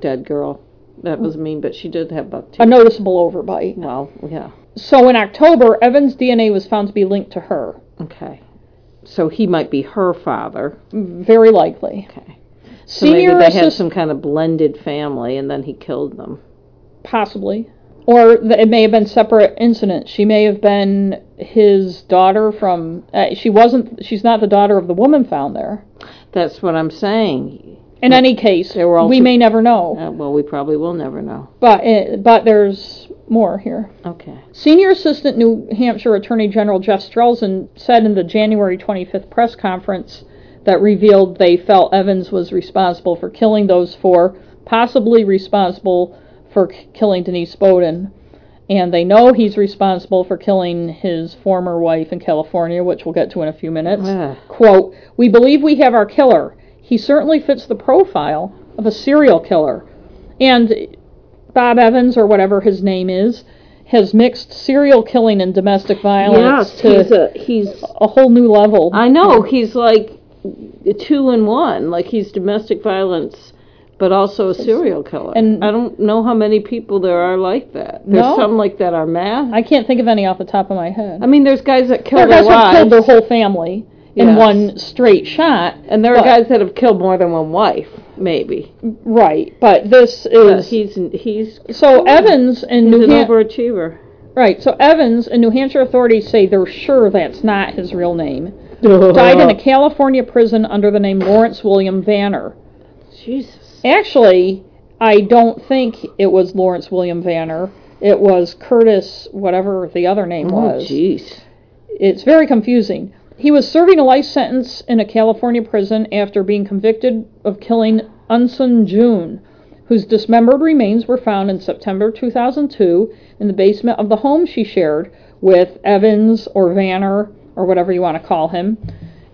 Speaker 2: dead girl. That was mean, but she did have buck teeth.
Speaker 1: A noticeable overbite.
Speaker 2: Well, yeah.
Speaker 1: So in October, Evan's DNA was found to be linked to her,
Speaker 2: Okay. So he might be her father.
Speaker 1: very likely.
Speaker 2: Okay. So
Speaker 1: Senior
Speaker 2: maybe they had
Speaker 1: assist-
Speaker 2: some kind of blended family, and then he killed them.
Speaker 1: possibly, or th- it may have been separate incidents. She may have been his daughter from. Uh, she wasn't. She's not the daughter of the woman found there.
Speaker 2: That's what I'm saying.
Speaker 1: In any case,
Speaker 2: They were all
Speaker 1: we
Speaker 2: three-
Speaker 1: may never know.
Speaker 2: Uh, well, we probably will never know.
Speaker 1: But uh, but there's more here.
Speaker 2: Okay.
Speaker 1: Senior Assistant New Hampshire Attorney General Jeff Strelzin said in the January 25th press conference that revealed they felt Evans was responsible for killing those four, possibly responsible for k- killing Denise Bowden. And they know he's responsible for killing his former wife in California, which we'll get to in a few minutes.
Speaker 2: Ugh.
Speaker 1: Quote, We believe we have our killer. He certainly fits the profile of a serial killer. And Bob Evans, or whatever his name is, has mixed serial killing and domestic violence
Speaker 2: Yes, he's
Speaker 1: to
Speaker 2: a he's.
Speaker 1: a, whole new level.
Speaker 2: I know he's like two in one. Like he's domestic violence, but also a serial killer.
Speaker 1: and-
Speaker 2: I don't know how many people there are like that. There's
Speaker 1: No.
Speaker 2: some like that are mad.
Speaker 1: I can't think of any off the top of my head.
Speaker 2: I mean, there's guys that kill
Speaker 1: there are
Speaker 2: their
Speaker 1: guys who
Speaker 2: wives,
Speaker 1: killed their whole family in
Speaker 2: Yes.
Speaker 1: one straight shot.
Speaker 2: and there are
Speaker 1: but-
Speaker 2: guys that have killed more than one wife, maybe.
Speaker 1: Right, but this
Speaker 2: But
Speaker 1: is
Speaker 2: he's he's
Speaker 1: so Evans and New
Speaker 2: an
Speaker 1: Ham-
Speaker 2: overachiever.
Speaker 1: right. So Evans and New Hampshire authorities say they're sure that's not his real name. Died in a California prison under the name Lawrence William Vanner.
Speaker 2: Jesus.
Speaker 1: Actually, I don't think it was Lawrence William Vanner. It was Curtis, whatever the other name
Speaker 2: Oh,
Speaker 1: was.
Speaker 2: jeez.
Speaker 1: It's very confusing. He was serving a life sentence in a California prison after being convicted of killing Unsun June, whose dismembered remains were found in September 2002 in the basement of the home she shared with Evans or Vanner or whatever you want to call him.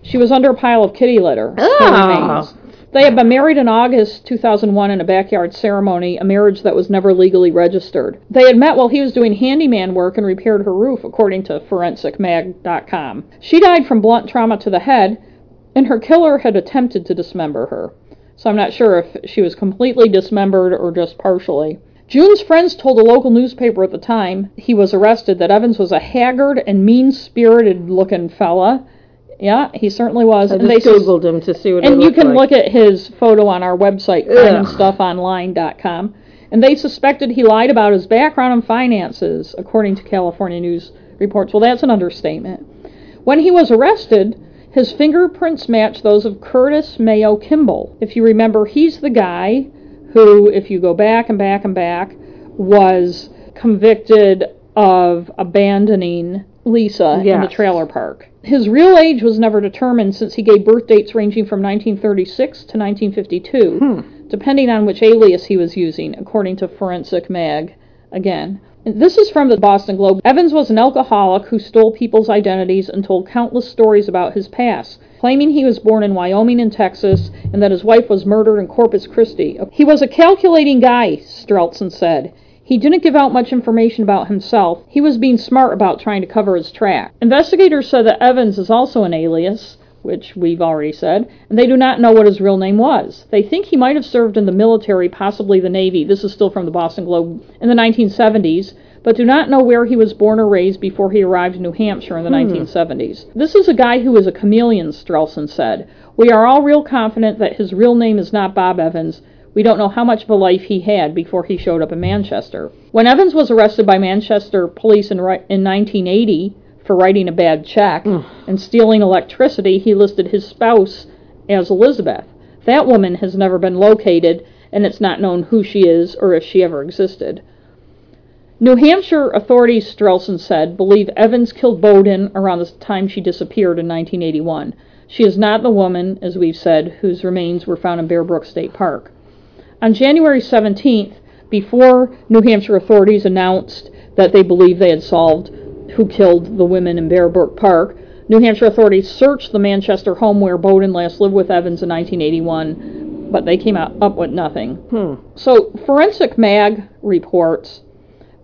Speaker 1: She was under a pile of kitty litter. her
Speaker 2: Ah.
Speaker 1: remains. They had been married in August 2001 in a backyard ceremony, a marriage that was never legally registered. They had met while he was doing handyman work and repaired her roof, according to ForensicMag.com. She died from blunt trauma to the head, and her killer had attempted to dismember her. So I'm not sure if she was completely dismembered or just partially. June's friends told a local newspaper at the time he was arrested that Evans was a haggard and mean spirited looking fella. Yeah, he certainly was.
Speaker 3: I
Speaker 1: And they
Speaker 3: just googled him to see what. it
Speaker 1: and you
Speaker 3: looked
Speaker 1: can
Speaker 3: like.
Speaker 1: look at his photo on our website,
Speaker 3: Ugh.
Speaker 1: crimeandstuffonline.com. And they suspected he lied about his background and finances, according to California news reports. Well, that's an understatement. When he was arrested, his fingerprints matched those of Curtis Mayo Kimball. If you remember, he's the guy who, if you go back and back and back, was convicted of abandoning Lisa in the
Speaker 3: Yes.
Speaker 1: trailer park. His real age was never determined since he gave birth dates ranging from 1936 to 1952, depending on which alias he was using, according to Forensic Mag again. And This is from the Boston Globe. Evans was an alcoholic who stole people's identities and told countless stories about his past, claiming he was born in Wyoming and Texas and that his wife was murdered in Corpus Christi. He was a calculating guy, Streltson said. He didn't give out much information about himself. He was being smart about trying to cover his track. Investigators said that Evans is also an alias, which we've already said, and they do not know what his real name was. They think he might have served in the military, possibly the Navy. This is still from the Boston Globe in the 1970s, but do not know where he was born or raised before he arrived in New Hampshire in the 1970s. This is a guy who is a chameleon, Strelson said. We are all real confident that his real name is not Bob Evans. We don't know how much of a life he had before he showed up in Manchester. When Evans was arrested by Manchester police in, ri- in 1980 for writing a bad check and stealing electricity, he listed his spouse as Elizabeth. That woman has never been located, and it's not known who she is or if she ever existed. New Hampshire authorities, Strelson said, believe Evans killed Bowden around the time she disappeared in 1981. She is not the woman, as we've said, whose remains were found in Bear Brook State Park. On January 17th, before New Hampshire authorities announced that they believed they had solved who killed the women in Bear Brook Park, New Hampshire authorities searched the Manchester home where Bowden last lived with Evans in 1981, but they came out up with nothing. So, Forensic Mag reports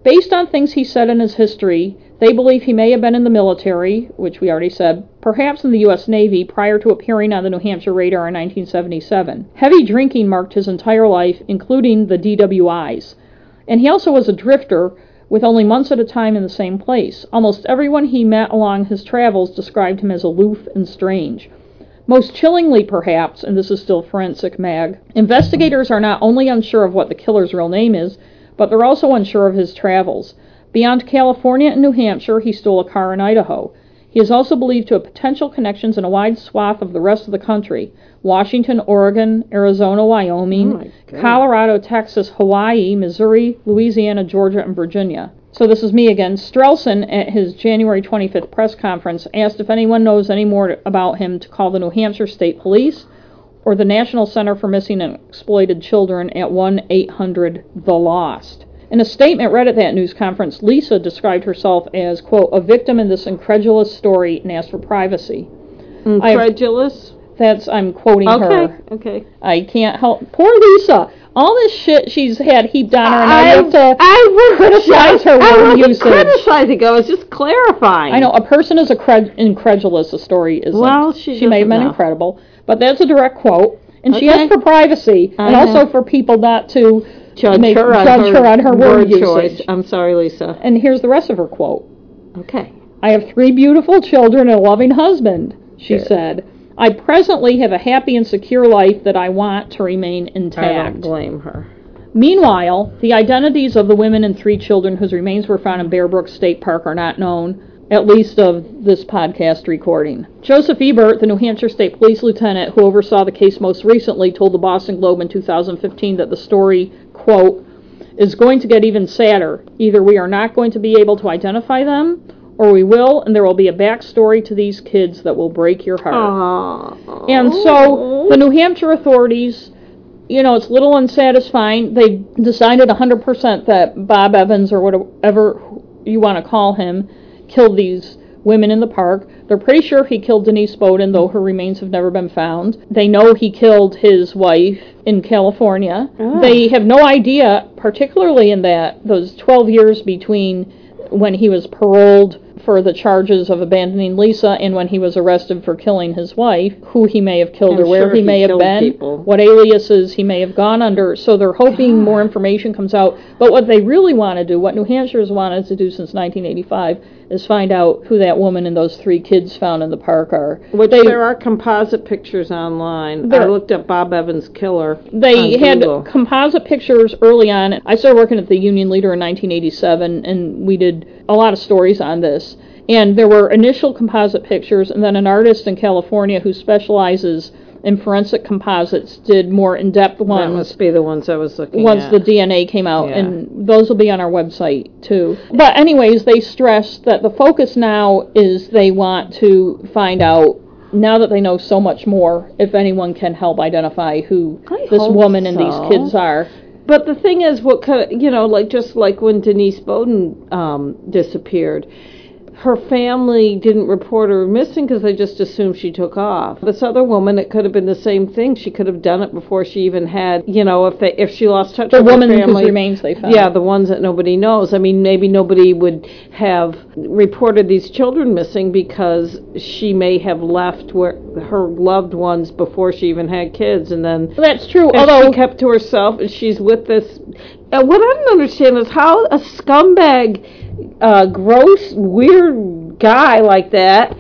Speaker 1: Based on things he said in his history, they believe he may have been in the military, which we already said, perhaps in the U.S. Navy prior to appearing on the New Hampshire radar in 1977. Heavy drinking marked his entire life, including the DWIs. And he also was a drifter, with only months at a time in the same place. Almost everyone he met along his travels described him as aloof and strange. Most chillingly, perhaps, and this is still Forensic Mag, investigators are not only unsure of what the killer's real name is, but they're also unsure of his travels. Beyond California and New Hampshire, he stole a car in Idaho. He is also believed to have potential connections in a wide swath of the rest of the country Washington, Oregon, Arizona, Wyoming, Colorado, Texas, Hawaii, Missouri, Louisiana, Georgia, and Virginia. So this is me again. Strelson, at his January 25th press conference, asked if anyone knows any more about him to call the New Hampshire State Police or the National Center for Missing and Exploited Children at 1 800 The Lost. In a statement read at that news conference, Lisa described herself as, quote, a victim in this incredulous story and asked for privacy. I-
Speaker 2: Incredulous.
Speaker 1: That's, I'm quoting
Speaker 2: Okay.
Speaker 1: her.
Speaker 2: Okay.
Speaker 1: I can't help. Poor Lisa! All this shit she's had heaped on her, and I, have to.
Speaker 3: I would
Speaker 1: criticize her word
Speaker 3: I wasn't
Speaker 1: usage.
Speaker 3: criticizing. I was just clarifying.
Speaker 1: I know a person is a cred- incredulous. A story isn't.
Speaker 3: Well, she
Speaker 1: may
Speaker 3: doesn't
Speaker 1: have been
Speaker 3: know.
Speaker 1: incredible, but that's a direct quote, and she
Speaker 3: Okay.
Speaker 1: asked for privacy, and
Speaker 3: I know.
Speaker 1: also for people not to
Speaker 3: Judge,
Speaker 1: make-
Speaker 3: her, on
Speaker 1: judge her on her word
Speaker 3: choice.
Speaker 1: usage.
Speaker 3: I'm sorry, Lisa.
Speaker 1: And here's the rest of her quote.
Speaker 3: Okay.
Speaker 1: I have three beautiful children and a loving husband, she
Speaker 3: Sure.
Speaker 1: said. I presently have a happy and secure life that I want to remain
Speaker 3: I
Speaker 1: intact.
Speaker 3: don't blame her.
Speaker 1: Meanwhile, the identities of the women and three children whose remains were found in Bear Brook State Park are not known, at least of this podcast recording. Joseph Ebert, the New Hampshire State Police Lieutenant who oversaw the case most recently, told the Boston Globe in 2015 that the story, quote, is going to get even sadder. Either we are not going to be able to identify them, or we will, and there will be a backstory to these kids that will break your heart.
Speaker 3: Aww.
Speaker 1: And so the New Hampshire authorities, you know, it's a little unsatisfying. They decided 100% that Bob Evans or whatever you want to call him killed these women in the park. They're pretty sure he killed Denise Bowden, though her remains have never been found. They know he killed his wife in California.
Speaker 3: Ah.
Speaker 1: They have no idea, particularly in that those 12 years between when he was paroled for the charges of abandoning Lisa and when he was arrested for killing his wife, who he may have killed
Speaker 3: I'm
Speaker 1: or where
Speaker 3: sure
Speaker 1: he
Speaker 3: he
Speaker 1: may have
Speaker 3: killed
Speaker 1: been,
Speaker 3: people.
Speaker 1: what aliases he may have gone under. So they're hoping more information comes out. But what they really want to do, what New Hampshire's wanted to do since 1985, is find out who that woman and those three kids found in the park are.
Speaker 2: Which
Speaker 1: they,
Speaker 2: there are composite pictures online. I
Speaker 1: There-
Speaker 2: looked up Bob Evans' killer.
Speaker 1: they
Speaker 2: on
Speaker 1: had
Speaker 2: Google.
Speaker 1: composite pictures early on. I started working at the Union Leader in 1987, and we did a lot of stories on this. And there were initial composite pictures, and then an artist in California who specializes in forensic composites did more in-depth
Speaker 2: That
Speaker 1: ones.
Speaker 2: must be the ones I was looking
Speaker 1: once
Speaker 2: at.
Speaker 1: the DNA came out,
Speaker 2: Yeah.
Speaker 1: and those will be on our website too. But anyways, they stressed that the focus now is they want to find out now that they know so much more if anyone can help identify who
Speaker 2: I
Speaker 1: this
Speaker 2: hope
Speaker 1: woman
Speaker 2: so.
Speaker 1: and these kids are.
Speaker 2: But the thing is, what could you know, like just like when Denise Bowden um, disappeared, her family didn't report her missing because they just assumed she took off. This other woman, it could have been the same thing. She could have done it before she even had, you know, if they if she lost touch
Speaker 1: The
Speaker 2: with
Speaker 1: woman
Speaker 2: her
Speaker 1: whose
Speaker 2: family.
Speaker 1: remains they found.
Speaker 2: Yeah, the ones that nobody knows. I mean, maybe nobody would have reported these children missing because she may have left where her loved ones before she even had kids, and then
Speaker 1: that's true.
Speaker 2: and
Speaker 1: although
Speaker 2: she kept to herself, and she's with this. And what I don't understand is how a scumbag, uh, gross, weird guy like that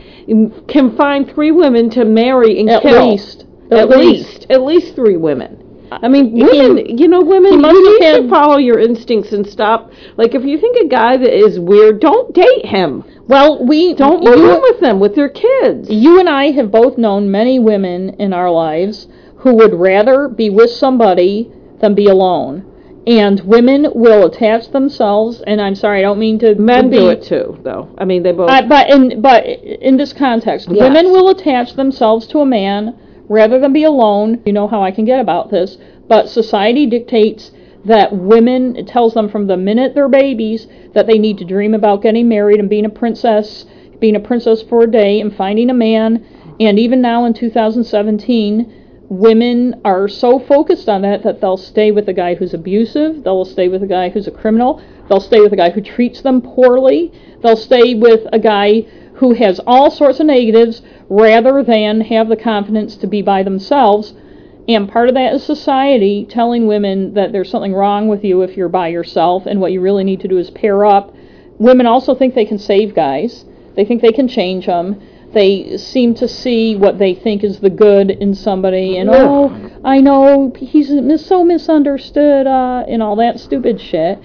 Speaker 2: can find three women to marry and
Speaker 1: at
Speaker 2: kill.
Speaker 1: least,
Speaker 2: at, least. at least three women. I mean, women. you know, women.
Speaker 1: he must
Speaker 2: You need
Speaker 1: have
Speaker 2: to
Speaker 1: had-
Speaker 2: follow your instincts and stop. Like, if you think a guy that is weird, don't date him.
Speaker 1: well, we
Speaker 2: Don't
Speaker 1: you-
Speaker 2: move in with them with their kids.
Speaker 1: You and I have both known many women in our lives who would rather be with somebody than be alone. And women will attach themselves, and I'm sorry, I don't mean to. to
Speaker 2: Men
Speaker 1: be,
Speaker 2: do it too, though. I mean, they both.
Speaker 1: Uh, but in but in this context,
Speaker 2: Yes.
Speaker 1: women will attach themselves to a man rather than be alone. You know how I can get about this, but society dictates that women it tells them from the minute they're babies that they need to dream about getting married and being a princess, being a princess for a day and finding a man. And even now in 2017, women are so focused on that that they'll stay with the guy who's abusive, they'll stay with a guy who's a criminal, they'll stay with a guy who treats them poorly, they'll stay with a guy who has all sorts of negatives rather than have the confidence to be by themselves. And part of that is society telling women that there's something wrong with you if you're by yourself and what you really need to do is pair up women also think they can save guys. They think they can change them. They seem to see what they think is the good in somebody, and oh, I know he's mis- so misunderstood, uh, and all that stupid shit.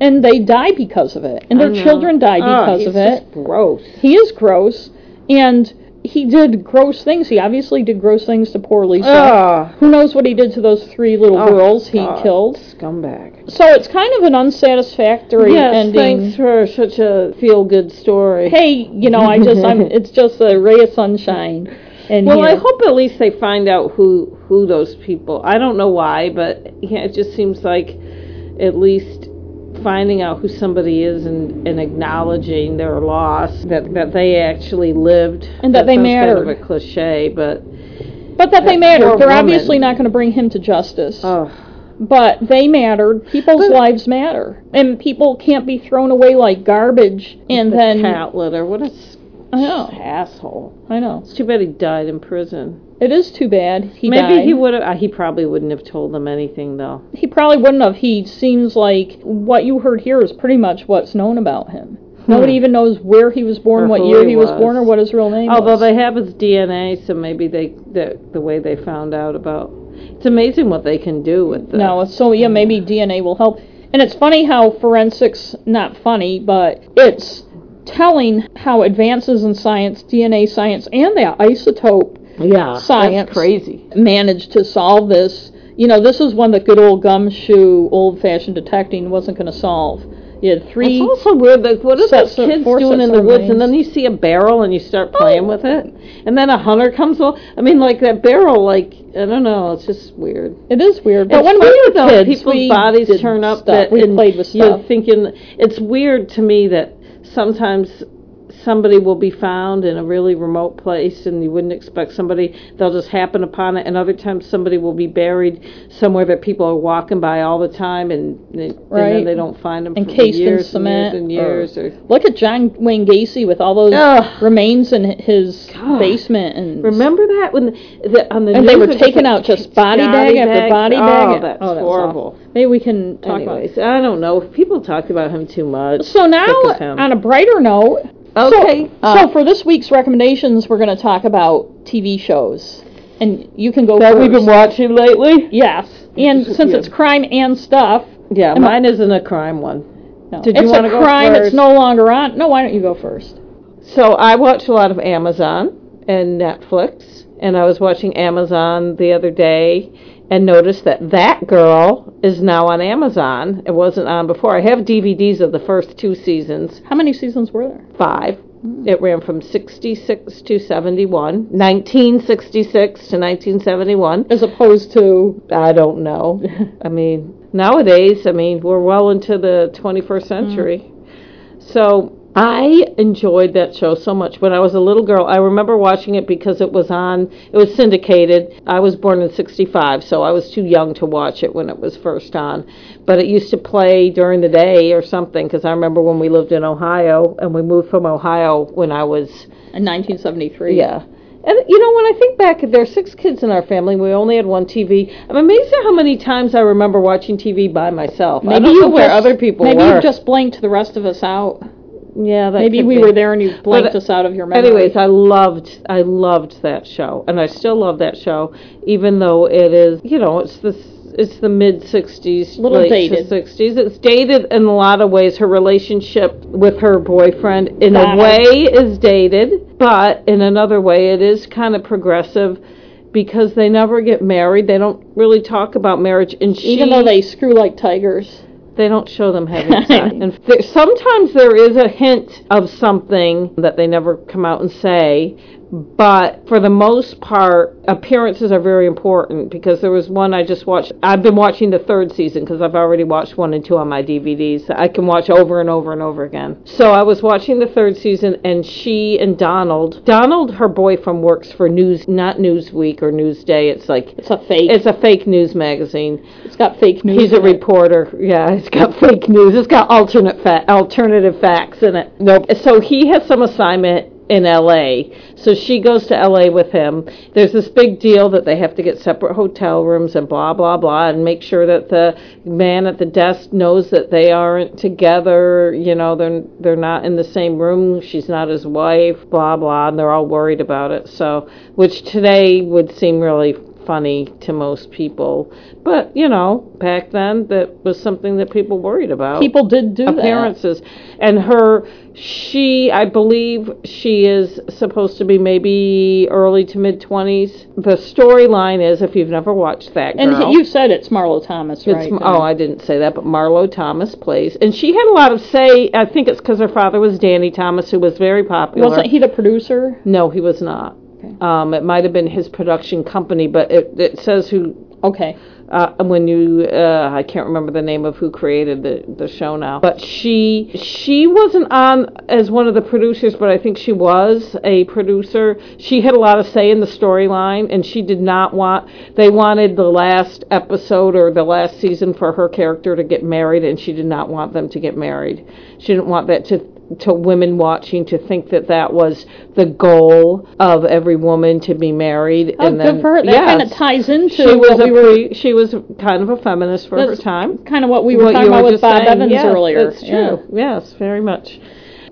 Speaker 1: And they die because of it, and their children die
Speaker 2: Ah,
Speaker 1: because
Speaker 2: he's
Speaker 1: of it.
Speaker 2: just Gross.
Speaker 1: He is gross, and he did gross things. He obviously did gross things to poor Lisa.
Speaker 2: Ah.
Speaker 1: Who knows what he did to those three little girls he
Speaker 2: Oh, God.
Speaker 1: killed?
Speaker 2: Scumbag.
Speaker 1: So it's kind of an unsatisfactory
Speaker 2: Yes,
Speaker 1: ending.
Speaker 2: thanks for such a feel-good story.
Speaker 1: hey, you know, I just, I'm, it's just a ray of sunshine. And
Speaker 2: well,
Speaker 1: you
Speaker 2: I
Speaker 1: know,
Speaker 2: hope at least they find out who who those people. I don't know why, but yeah, it just seems like at least finding out who somebody is and, and acknowledging their loss that that they actually lived
Speaker 1: And that they
Speaker 2: sounds Kind
Speaker 1: mattered.
Speaker 2: of a cliche, but
Speaker 1: but that they matter.
Speaker 2: poor
Speaker 1: They're
Speaker 2: woman.
Speaker 1: obviously not going to bring him to justice,
Speaker 2: oh,
Speaker 1: but they mattered. People's lives matter, and people can't be thrown away like garbage. And then
Speaker 2: cat litter. What a s-
Speaker 1: I know,
Speaker 2: asshole!
Speaker 1: I know,
Speaker 2: It's too bad he died in prison.
Speaker 1: it is too bad. He
Speaker 2: Maybe
Speaker 1: died.
Speaker 2: he would have. Uh, he probably wouldn't have told them anything though.
Speaker 1: He probably wouldn't have. He seems like what you heard here is pretty much what's known about him. Nobody even knows where he was born,
Speaker 2: Hmm. Or
Speaker 1: what
Speaker 2: who
Speaker 1: year
Speaker 2: he
Speaker 1: he was.
Speaker 2: was.
Speaker 1: born, or what his real name
Speaker 2: Although
Speaker 1: was.
Speaker 2: they have his DNA, so maybe they the, the way they found out about. It's amazing what they can do with the
Speaker 1: No, so yeah,
Speaker 2: Hmm.
Speaker 1: maybe DNA will help. And it's funny how forensics, not funny, but it's telling how advances in science, DNA science, and the isotope
Speaker 3: Yeah. that's
Speaker 1: Science.
Speaker 3: crazy.
Speaker 1: managed to solve this. You know, this is one that good old gumshoe, old fashioned detecting wasn't going to solve. You had three.
Speaker 2: It's also weird. Like, what are
Speaker 1: Sets
Speaker 2: those
Speaker 1: of-
Speaker 2: kids
Speaker 1: four
Speaker 2: doing
Speaker 1: sets
Speaker 2: in the
Speaker 1: of
Speaker 2: woods?
Speaker 1: remains.
Speaker 2: And then you see a barrel and you start
Speaker 3: Oh.
Speaker 2: playing with it, and then a hunter comes. Well, I mean, like that barrel. Like I don't know. It's just weird.
Speaker 1: it is weird. But
Speaker 2: it's
Speaker 1: when we
Speaker 2: weird
Speaker 1: were
Speaker 2: though,
Speaker 1: kids,
Speaker 2: people's
Speaker 1: we
Speaker 2: bodies
Speaker 1: did
Speaker 2: turn up
Speaker 1: stuff.
Speaker 2: that
Speaker 1: we
Speaker 2: and
Speaker 1: played with stuff.
Speaker 2: You're thinking it's weird to me that sometimes somebody will be found in a really remote place and you wouldn't expect somebody they'll just happen upon it and other times somebody will be buried somewhere that people are walking by all the time and, and
Speaker 1: Right.
Speaker 2: then they don't find them for
Speaker 1: Encased in
Speaker 2: years
Speaker 1: cement
Speaker 2: and
Speaker 1: or-
Speaker 2: years and years or
Speaker 1: Look at John Wayne Gacy with all those
Speaker 3: Ugh.
Speaker 1: remains in his
Speaker 2: God.
Speaker 1: basement, and
Speaker 2: Remember that when the, the, on the
Speaker 1: and
Speaker 2: news
Speaker 1: they were
Speaker 2: it was
Speaker 1: taking
Speaker 2: like,
Speaker 1: out just body bag after
Speaker 2: bags.
Speaker 1: body
Speaker 2: oh,
Speaker 1: bag.
Speaker 2: That's
Speaker 1: oh, awful.
Speaker 2: horrible.
Speaker 1: Maybe we can talk about
Speaker 2: Anyways, I don't know. People talk about him too much.
Speaker 1: So now,
Speaker 2: Sick of him. Uh,
Speaker 1: on a brighter note, so-
Speaker 3: Okay.
Speaker 1: So, for this week's recommendations, we're going to talk about TV shows, and you can go. first.
Speaker 2: watching lately?
Speaker 1: Yes, and since it's crime and stuff,
Speaker 2: Yeah,
Speaker 1: Am I-
Speaker 2: mine isn't a crime one.
Speaker 1: no,
Speaker 2: Did you
Speaker 1: it's
Speaker 2: wanna
Speaker 1: a
Speaker 2: go
Speaker 1: crime. It's
Speaker 2: first?
Speaker 1: no longer on. No, why don't you go first?
Speaker 2: So I watch a lot of Amazon and Netflix, and I was watching Amazon the other day and noticed that that girl is now on Amazon. It wasn't on before. I have DVDs of the first two seasons,
Speaker 1: How many seasons were there?
Speaker 2: five. It ran from 66 to 71, 1966 to 1971.
Speaker 1: As opposed to
Speaker 2: I don't know. I mean, nowadays, I mean, we're well into the 21st century. So I enjoyed that show so much. When I was a little girl, I remember watching it because it was on, it was syndicated. I was born in 65, so I was too young to watch it when it was first on. But it used to play during the day or something because I remember when we lived in Ohio and we moved from Ohio when I was
Speaker 1: in 1973.
Speaker 2: yeah. And you know, when I think back, there are six kids in our family. We only had one TV. I'm amazed at how many times I remember watching TV by myself. I don't know
Speaker 1: you've
Speaker 2: where
Speaker 1: just-
Speaker 2: other people
Speaker 1: Maybe
Speaker 2: were.
Speaker 1: you just blanked the rest of us out.
Speaker 2: yeah, that
Speaker 1: Maybe
Speaker 2: could
Speaker 1: we
Speaker 2: be.
Speaker 1: were there and you blanked
Speaker 2: But,
Speaker 1: us out of your memory.
Speaker 2: Anyways, I loved I loved that show, and I still love that show, even though it is you know it's the it's the mid '60s,
Speaker 1: Little
Speaker 2: late
Speaker 1: dated.
Speaker 2: to '60s. It's dated in a lot of ways. Her relationship with her boyfriend, in
Speaker 1: Donald.
Speaker 2: a way, is dated, but in another way, it is kind of progressive. Because they never get married, they don't really talk about marriage, and she
Speaker 1: even though they screw like tigers.
Speaker 2: they don't show them having sex. And there, sometimes there is a hint of something that they never come out and say, but for the most part, appearances are very important because there was one I just watched. I've been watching the third season because I've already watched one and two on my DVDs. that I can watch over and over and over again. So I was watching the third season, and she and Donald, Donald, her boyfriend, works for News, not Newsweek or Newsday. It's like,
Speaker 1: It's a fake.
Speaker 2: it's a fake news magazine.
Speaker 1: it's got fake news.
Speaker 2: He's a
Speaker 1: in it.
Speaker 2: reporter. Yeah, it's got fake news. It's got alternate fa- alternative facts in it. Nope. So he has some assignment in L.A. So she goes to L.A. with him. There's this big deal that they have to get separate hotel rooms and blah blah blah, and make sure that the man at the desk knows that they aren't together. You know, they're they're not in the same room. She's not his wife. Blah blah, and they're all worried about it. So, which today would seem really funny to most people. But, you know, back then that was something that people worried about.
Speaker 1: People did do that.
Speaker 2: appearances. And her she I believe she is supposed to be maybe early to mid 20s. The storyline is if you've never watched that girl.
Speaker 1: And he- you said it's Marlo Thomas, right?
Speaker 2: It's, oh, I didn't say that, but Marlo Thomas plays, and she had a lot of say. I think it's because her father was Danny Thomas, who was very popular.
Speaker 1: Wasn't he the producer?
Speaker 2: No, he was not. Um, it might have been his production company, but it, it says who
Speaker 1: Okay.
Speaker 2: uh, when you uh, I can't remember the name of who created the, the show now, but she she wasn't on as one of the producers, but I think she was a producer. She had a lot of say in the storyline, and she did not want they wanted the last episode or the last season for her character to get married, and she did not want them to get married. She didn't want that to to women watching to think that that was the goal of every woman to be married
Speaker 1: Oh,
Speaker 2: and then
Speaker 1: good for her. That kind of
Speaker 2: Yes
Speaker 1: ties into
Speaker 2: she was
Speaker 1: what
Speaker 2: a
Speaker 1: we were
Speaker 2: pre- she was kind of a feminist for her
Speaker 1: That's
Speaker 2: time.
Speaker 1: kind of what we were
Speaker 2: What
Speaker 1: talking
Speaker 2: you
Speaker 1: about
Speaker 2: were
Speaker 1: with
Speaker 2: just
Speaker 1: Bob
Speaker 2: saying,
Speaker 1: Evans
Speaker 2: yes,
Speaker 1: earlier.
Speaker 2: That's true. Yes, very much.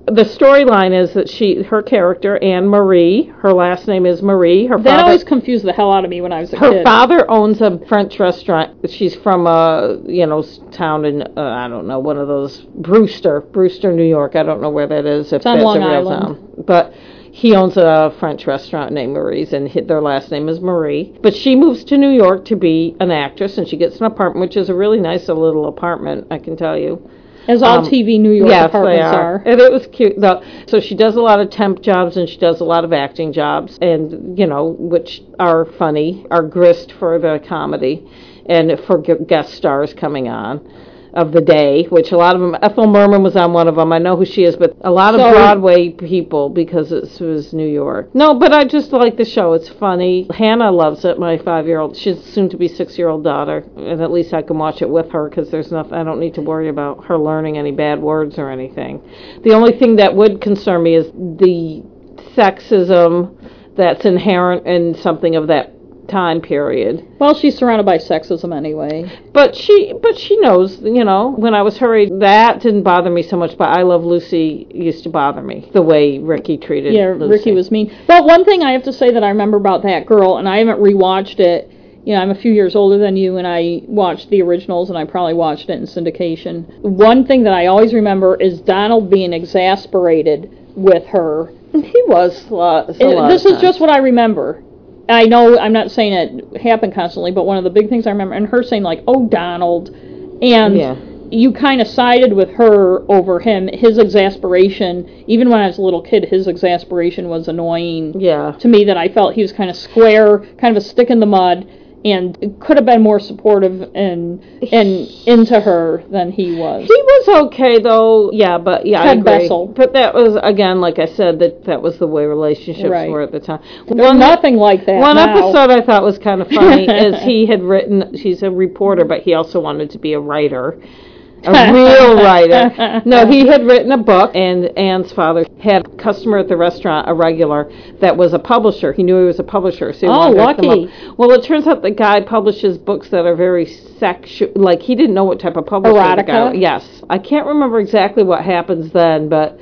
Speaker 2: The storyline is that she, her character Anne Marie, her last name is Marie. Her
Speaker 1: That
Speaker 2: father,
Speaker 1: always confused the hell out of me when I was a
Speaker 2: Uh, her
Speaker 1: kid.
Speaker 2: father owns a French restaurant. She's from a you know s- town in uh, I don't know one of those Brewster, Brewster, New York. I don't know where that is. If
Speaker 1: on
Speaker 2: that's
Speaker 1: Long
Speaker 2: a real
Speaker 1: Island.
Speaker 2: town, but he owns a French restaurant named Marie's, and hi- their last name is Marie. But she moves to New York to be an actress, and she gets an apartment, which is a really nice little apartment, I can tell you.
Speaker 1: As all TV New York
Speaker 2: um, Yes,
Speaker 1: apartments
Speaker 2: they are.
Speaker 1: are.
Speaker 2: And it was cute though. So she does a lot of temp jobs and she does a lot of acting jobs, and you know, which are funny, are grist for the comedy, and for gu- guest stars coming on. of the day, which a lot of them, Ethel Merman was on one of them. I know who she is, but a lot of
Speaker 1: So-
Speaker 2: Broadway people because it was New York. No, but I just like the show. It's funny. Hannah loves it. My five-year-old, she's soon to be six-year-old daughter, and at least I can watch it with her because there's nothing. I don't need to worry about her learning any bad words or anything. The only thing that would concern me is the sexism that's inherent in something of that time period.
Speaker 1: Well, she's surrounded by sexism anyway.
Speaker 2: But she, but she knows, you know. When I was her age, that didn't bother me so much. But I Love Lucy used to bother me the way Ricky treated.
Speaker 1: Yeah,
Speaker 2: Lucy.
Speaker 1: Ricky was mean. But one thing I have to say that I remember about that girl, and I haven't rewatched it. You know, I'm a few years older than you, and I watched the originals, and I probably watched it in syndication. One thing that I always remember is Donald being exasperated with her.
Speaker 2: He was. Uh,
Speaker 1: It- this is just what I remember. I know I'm not saying it happened constantly, but one of the big things I remember, and her saying like, "Oh, Donald," and
Speaker 2: Yeah.
Speaker 1: you kind of sided with her over him. His exasperation, even when I was a little kid, his exasperation was annoying
Speaker 2: Yeah.
Speaker 1: to me. That I felt he was kind of square, kind of a stick in the mud, and could have been more supportive and and into her than he was.
Speaker 2: He was okay though. Yeah, but yeah, I
Speaker 1: Ted
Speaker 2: agree.
Speaker 1: Bessel.
Speaker 2: But that was again, like I said, that that was the way relationships
Speaker 1: Right.
Speaker 2: were at the time.
Speaker 1: There's nothing like that.
Speaker 2: One
Speaker 1: now.
Speaker 2: episode I thought was kind of funny is he had written. He's a reporter, but he also wanted to be a writer, a real writer. No, he had written a book, and Anne's father had a customer at the restaurant, a regular that was a publisher. He knew he was a publisher, so he
Speaker 1: Oh,
Speaker 2: wanted to hook him
Speaker 1: lucky.
Speaker 2: up. Well, it turns out the guy publishes books that are very sexual. Like he didn't know what type of publisher the guy.
Speaker 1: Erotica?
Speaker 2: was. Yes, I can't remember exactly what happens then, but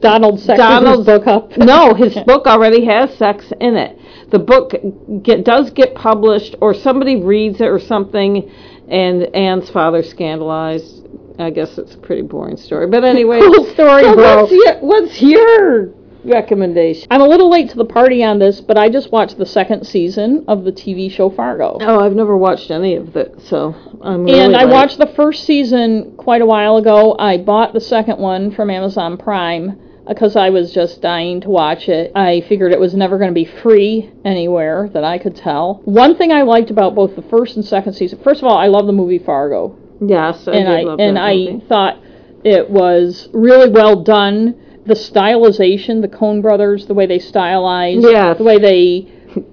Speaker 1: Donald sexes
Speaker 2: Donald's-
Speaker 1: his book up.
Speaker 2: no, his book already has sex in it. The book get, does get published, or somebody reads it, or something, and Anne's father scandalized. I guess it's a pretty boring story, but anyway,
Speaker 1: Cool story,
Speaker 2: so
Speaker 1: bro.
Speaker 2: What's your, what's your recommendation?
Speaker 1: I'm a little late to the party on this, but I just watched the second season of the TV show Fargo.
Speaker 2: Oh, I've never watched any of that, so I'm really
Speaker 1: and I
Speaker 2: late.
Speaker 1: watched the first season quite a while ago. I bought the second one from Amazon Prime because I was just dying to watch it. I figured it was never going to be free anywhere that I could tell. One thing I liked about both the first and second season, first of all, I love the movie Fargo.
Speaker 2: Yes, I
Speaker 1: and
Speaker 2: did
Speaker 1: I
Speaker 2: love
Speaker 1: and
Speaker 2: that
Speaker 1: I
Speaker 2: movie.
Speaker 1: thought it was really well done. The stylization, the Coen Brothers, the way they stylize,
Speaker 2: Yes.
Speaker 1: the way they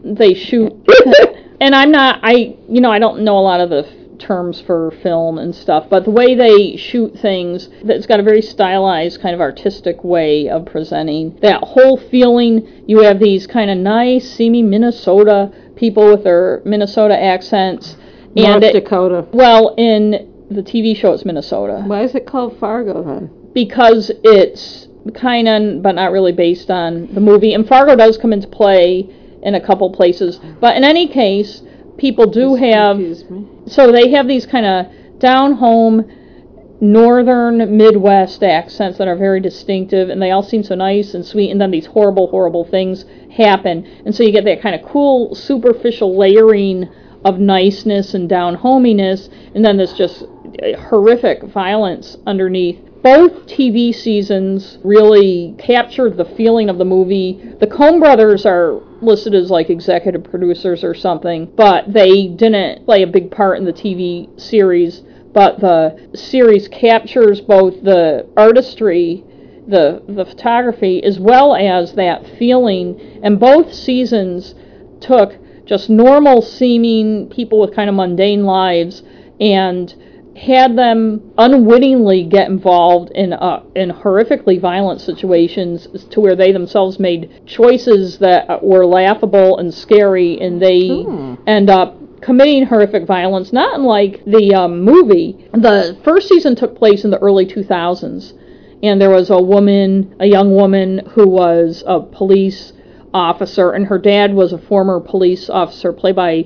Speaker 1: they shoot. and I'm not I you know I don't know a lot of the f- terms for film and stuff, but the way they shoot things, that's got a very stylized kind of artistic way of presenting that whole feeling. You have these kind of nice, seamy Minnesota people with their Minnesota accents,
Speaker 2: North
Speaker 1: and it-
Speaker 2: Dakota.
Speaker 1: well, in the TV show, it's Minnesota
Speaker 2: Why is it called Fargo then?
Speaker 1: because it's kind of, but not really based on the movie. And Fargo does come into play in a couple places, but in any case, people do have
Speaker 2: Excuse me.
Speaker 1: so they have these kind of down home northern midwest accents that are very distinctive and they all seem so nice and sweet and then these horrible horrible things happen and so you get that kind of cool superficial layering of niceness and down hominess and then there's just eh, horrific violence underneath both TV seasons really captured the feeling of the movie. The Coen brothers are listed as like executive producers or something, but they didn't play a big part in the TV series. But the series captures both the artistry, the the photography, as well as that feeling. And both seasons took just normal seeming people with kind of mundane lives and had them unwittingly get involved in uh, in horrifically violent situations to where they themselves made choices that were laughable and scary and they end up committing horrific violence not unlike the um, movie the first season took place in the early 2000s and there was a woman a young woman who was a police officer and her dad was a former police officer played by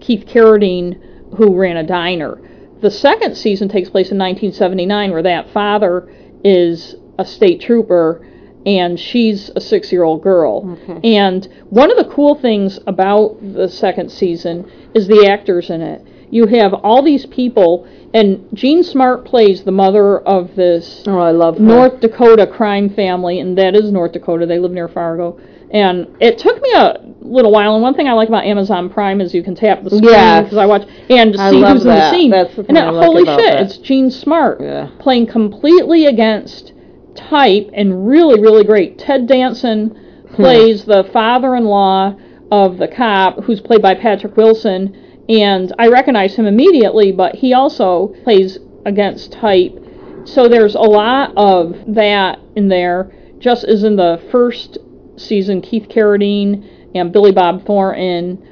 Speaker 1: Keith Carradine, who ran a diner. The second season takes place in 1979, where that father is a state trooper and she's a six year old girl. And one of the cool things about the second season is the actors in it. You have all these people, and Jean Smart plays the mother of this
Speaker 2: Oh, I love her.
Speaker 1: North Dakota crime family, and that is North Dakota. They live near Fargo. And it took me a little while. And one thing I like about Amazon Prime is you can tap the screen
Speaker 3: Yes.
Speaker 1: because I watch and
Speaker 3: I
Speaker 1: see
Speaker 3: love
Speaker 1: who's
Speaker 3: that.
Speaker 1: in the scene.
Speaker 3: That's the
Speaker 1: and
Speaker 3: thing I
Speaker 1: then,
Speaker 3: like
Speaker 1: holy
Speaker 3: about
Speaker 1: shit,
Speaker 3: that.
Speaker 1: it's Gene Smart
Speaker 3: Yeah.
Speaker 1: playing completely against type and really, really great. Ted Danson plays the father-in-law of the cop, who's played by Patrick Wilson. And I recognize him immediately, but he also plays against type so there's a lot of that in there, just as in the first season, Keith Carradine and Billy Bob Thornton,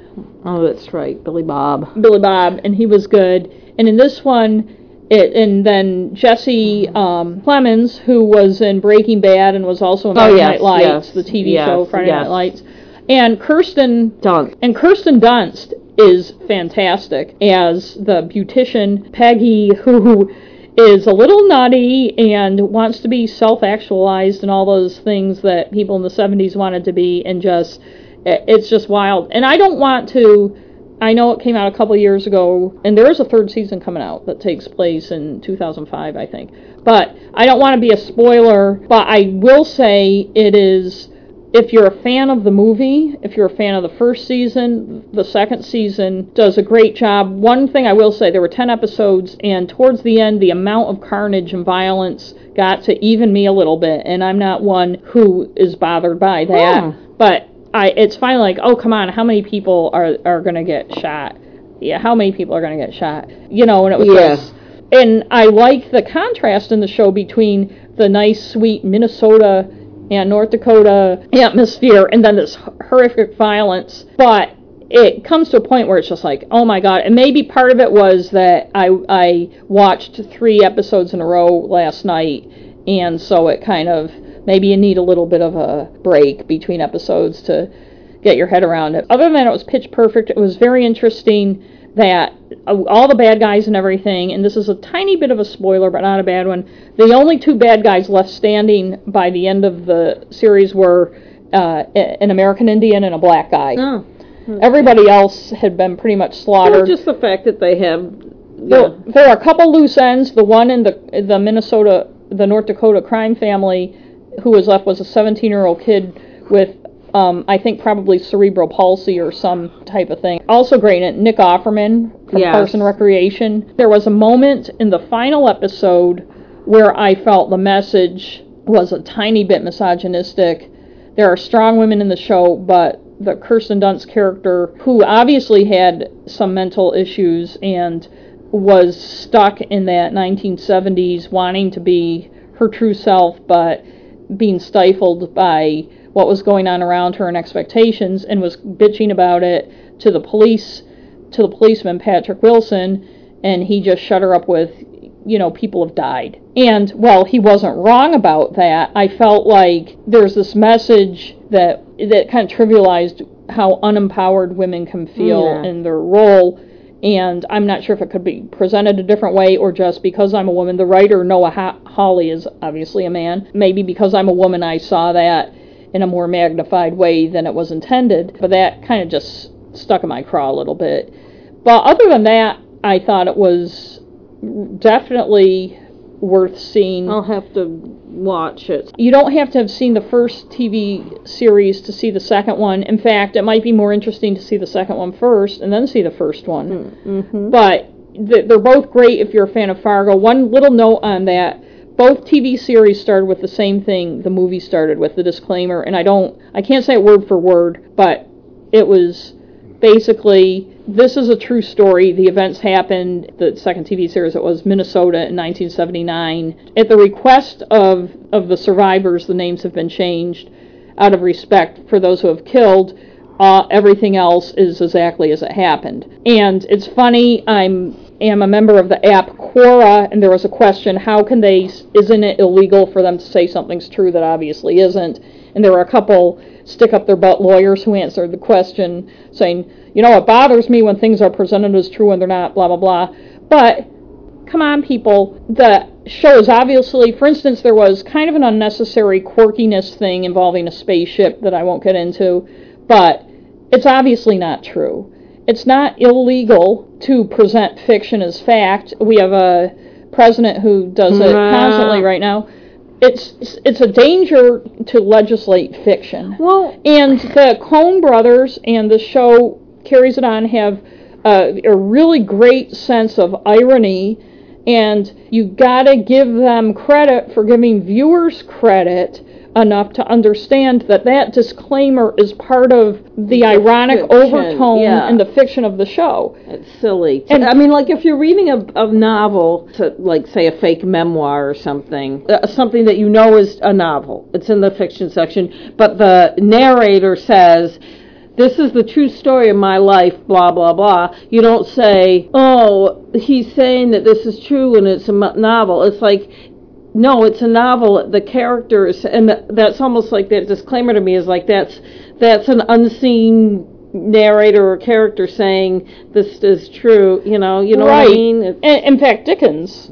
Speaker 3: Oh, that's right, Billy Bob.
Speaker 1: Billy Bob, and he was good. And in this one, it and then Jesse um, Plemons, who was in Breaking Bad and was also in
Speaker 3: Oh,
Speaker 1: Friday
Speaker 3: yes,
Speaker 1: Night Lights,
Speaker 3: yes,
Speaker 1: the TV
Speaker 3: yes,
Speaker 1: show Friday
Speaker 3: yes.
Speaker 1: Night Lights, and Kirsten
Speaker 3: Dunk.
Speaker 1: and Kirsten Dunst is fantastic as the beautician Peggy, who is a little nutty and wants to be self actualized and all those things that people in the 70s wanted to be, and just it's just wild. And I don't want to. I know it came out a couple years ago, and there is a third season coming out that takes place in 2005, I think. But I don't want to be a spoiler, but I will say it is if you're a fan of the movie, if you're a fan of the first season, the second season does a great job. One thing I will say, there were 10 episodes, and towards the end, the amount of carnage and violence got to even me a little bit, and I'm not one who is bothered by that.
Speaker 3: Hmm.
Speaker 1: But I, it's finally like, oh, come on, how many people are, are going to get shot? Yeah, how many people are going to get shot? You know, and it was
Speaker 3: Yeah.
Speaker 1: just- and I like the contrast in the show between the nice, sweet Minnesota and North Dakota atmosphere and then this horrific violence. But it comes to a point where it's just like, oh my god. And maybe part of it was that I, I watched three episodes in a row last night, and so it kind of maybe you need a little bit of a break between episodes to get your head around it. Other than that, it was pitch perfect. It was very interesting that uh, all the bad guys and everything, and this is a tiny bit of a spoiler, but not a bad one. The only two bad guys left standing by the end of the series were uh, a- an American Indian and a black guy.
Speaker 2: Oh.
Speaker 1: Everybody else had been pretty much slaughtered.
Speaker 2: Well, just the fact that they have.
Speaker 1: There, there are a couple loose ends. The one in the the Minnesota, the North Dakota crime family, who was left was a 17 year old kid with, um, I think probably cerebral palsy or some type of thing. Also great in it, Nick Offerman from
Speaker 3: Yes.
Speaker 1: Parks and Recreation. There was a moment in the final episode where I felt the message was a tiny bit misogynistic. There are strong women in the show, but the Kirsten Dunst character, who obviously had some mental issues and was stuck in that 1970s wanting to be her true self, but being stifled by what was going on around her and expectations, and was bitching about it to the police, to the policeman Patrick Wilson, and he just shut her up with, you know, people have died. And while he wasn't wrong about that, I felt like there's this message that that kind of trivialized how unempowered women can feel
Speaker 3: Yeah.
Speaker 1: in their role. And I'm not sure if it could be presented a different way or just because I'm a woman. The writer, Noah Ho- Hawley, is obviously a man. Maybe because I'm a woman, I saw that in a more magnified way than it was intended. But that kind of just stuck in my craw a little bit. But other than that, I thought it was definitely worth seeing.
Speaker 3: I'll have to watch it.
Speaker 1: You don't have to have seen the first TV series to see the second one. In fact, it might be more interesting to see the second one first and then see the first one. But th- they're both great if you're a fan of Fargo. One little note on that. Both TV series started with the same thing the movie started with, the disclaimer, and I don't I can't say it word for word, but it was basically this is a true story. The events happened, the second TV series it was Minnesota in 1979. At the request of of the survivors, the names have been changed out of respect for those who have killed. Uh, everything else is exactly as it happened. And it's funny, I'm am a member of the app Quora, and there was a question: How can they? Isn't it illegal for them to say something's true that obviously isn't? And there were a couple stick up their butt lawyers who answered the question, saying, "You know, it bothers me when things are presented as true and they're not." Blah blah blah. But come on, people. The show is obviously, for instance, there was kind of an unnecessary quirkiness thing involving a spaceship that I won't get into, but it's obviously not true. It's not illegal to present fiction as fact. We have a president who does it
Speaker 3: Nah.
Speaker 1: constantly right now. it's it's- it's a danger to legislate fiction.
Speaker 3: Well,
Speaker 1: And the Coen brothers and the show carries it on have uh, a really great sense of irony, and you gotta give them credit for giving viewers credit enough to understand that that disclaimer is part of the ironic
Speaker 2: fiction,
Speaker 1: overtone
Speaker 2: yeah.
Speaker 1: and the fiction of the show.
Speaker 2: It's silly.
Speaker 1: And-
Speaker 2: And I mean, like if you're reading a, a novel, to, like say a fake memoir or something, uh, something that you know is a novel. It's in the fiction section, but the narrator says. This is the true story of my life, blah, blah, blah. You don't say, oh, he's saying that this is true and it's a mo- novel. It's like, no, it's a novel. The characters, and th- that's almost like that disclaimer to me is like that's that's an unseen narrator or character saying this is true. You know, you know what I mean? It's-
Speaker 1: In, in fact, Dickens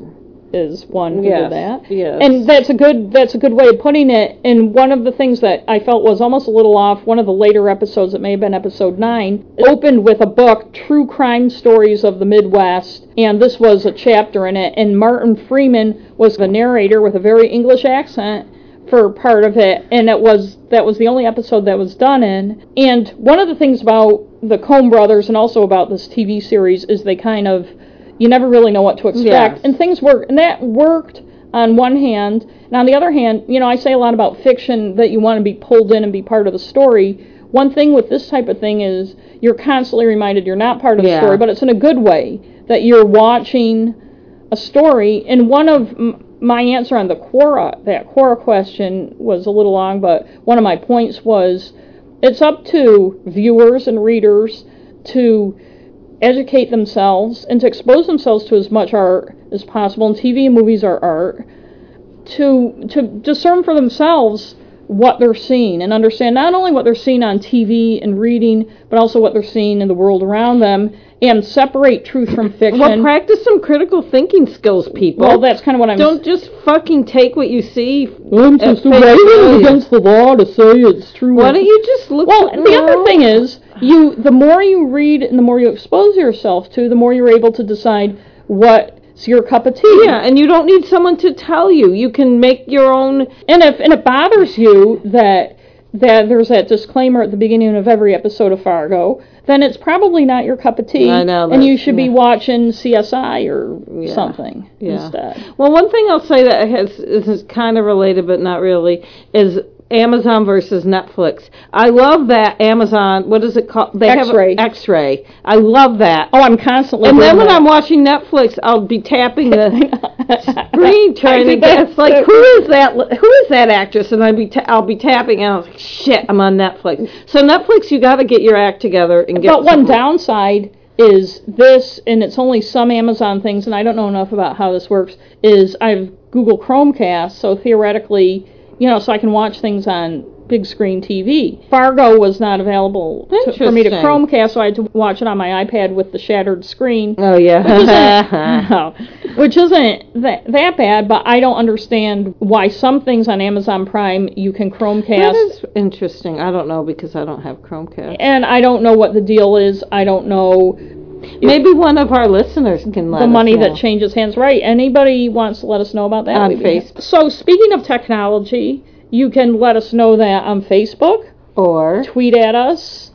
Speaker 1: is one who
Speaker 2: Yes,
Speaker 1: did that.
Speaker 2: yes.
Speaker 1: And that's a good that's a good way of putting it. And one of the things that I felt was almost a little off. One of the later episodes, it may have been episode nine, opened with a book, True Crime Stories of the Midwest, and this was a chapter in it. And Martin Freeman was the narrator with a very English accent for part of it, and it was that was the only episode that was done in. And one of the things about the Coen Brothers and also about this TV series is they kind of you never really know what to expect,
Speaker 2: Yes.
Speaker 1: and things work, and that worked on one hand, and on the other hand, you know I say a lot about fiction that you want to be pulled in and be part of the story. One thing with this type of thing is you're constantly reminded you're not part of the
Speaker 2: Yeah.
Speaker 1: story, but it's in a good way that you're watching a story. And one of m- my answer on the Quora, that Quora question was a little long, but one of my points was it's up to viewers and readers to educate themselves and to expose themselves to as much art as possible. And TV and movies are art to to discern for themselves what they're seeing and understand not only what they're seeing on TV and reading, but also what they're seeing in the world around them, and separate truth from fiction.
Speaker 2: well, practice some critical thinking skills, people.
Speaker 1: Well, that's kind of what I'm.
Speaker 2: don't just fucking take what you see.
Speaker 1: I'm
Speaker 2: just writing against
Speaker 1: the law to say it's true.
Speaker 2: Why don't you just look?
Speaker 1: Well, and the other thing is, you the more you read and the more you expose yourself to, the more you're able to decide what's your cup of tea.
Speaker 2: yeah, and you don't need someone to tell you. You can make your own.
Speaker 1: And if and it bothers you that that there's that disclaimer at the beginning of every episode of Fargo, then it's probably not your cup of tea.
Speaker 2: I know,
Speaker 1: And you
Speaker 2: that's-
Speaker 1: should be
Speaker 2: yeah.
Speaker 1: watching CSI or something
Speaker 2: Yeah.
Speaker 1: instead.
Speaker 2: Well, one thing I'll say that has is kind of related but not really is Amazon versus Netflix. I love that Amazon. What is it called? They
Speaker 1: X-ray.
Speaker 2: have X-ray. I love that.
Speaker 1: Oh, I'm constantly.
Speaker 2: and then
Speaker 1: doing
Speaker 2: when
Speaker 1: that.
Speaker 2: I'm watching Netflix, I'll be tapping the screen trying to
Speaker 1: did
Speaker 2: get.
Speaker 1: that
Speaker 2: It's like
Speaker 1: too.
Speaker 2: who is that? li- Who is that actress? And I'll be ta- I'll be tapping, and I was like, shit, I'm on Netflix. So Netflix, you got to get your act together and get.
Speaker 1: But one
Speaker 2: something.
Speaker 1: downside is this, and it's only some Amazon things, and I don't know enough about how this works. Is I have Google Chromecast, so theoretically, you know, so I can watch things on big screen TV. Fargo was not available to, for me to
Speaker 2: Interesting.
Speaker 1: Chromecast, so I had to watch it on my iPad with the shattered screen.
Speaker 2: Oh yeah.
Speaker 1: No. Which isn't that, that bad, but I don't understand why some things on Amazon Prime you can
Speaker 2: That
Speaker 1: Chromecast
Speaker 2: is interesting. I don't know because I don't have Chromecast.
Speaker 1: and I don't know what the deal is. I don't know
Speaker 2: Maybe one of our listeners can let
Speaker 1: the
Speaker 2: us
Speaker 1: money
Speaker 2: know.
Speaker 1: that changes hands. Right. Anybody wants to let us know about that?
Speaker 2: On
Speaker 1: we'd be happy.
Speaker 2: Facebook.
Speaker 1: So speaking of technology, you can let us know that on Facebook.
Speaker 2: or
Speaker 1: Tweet at us.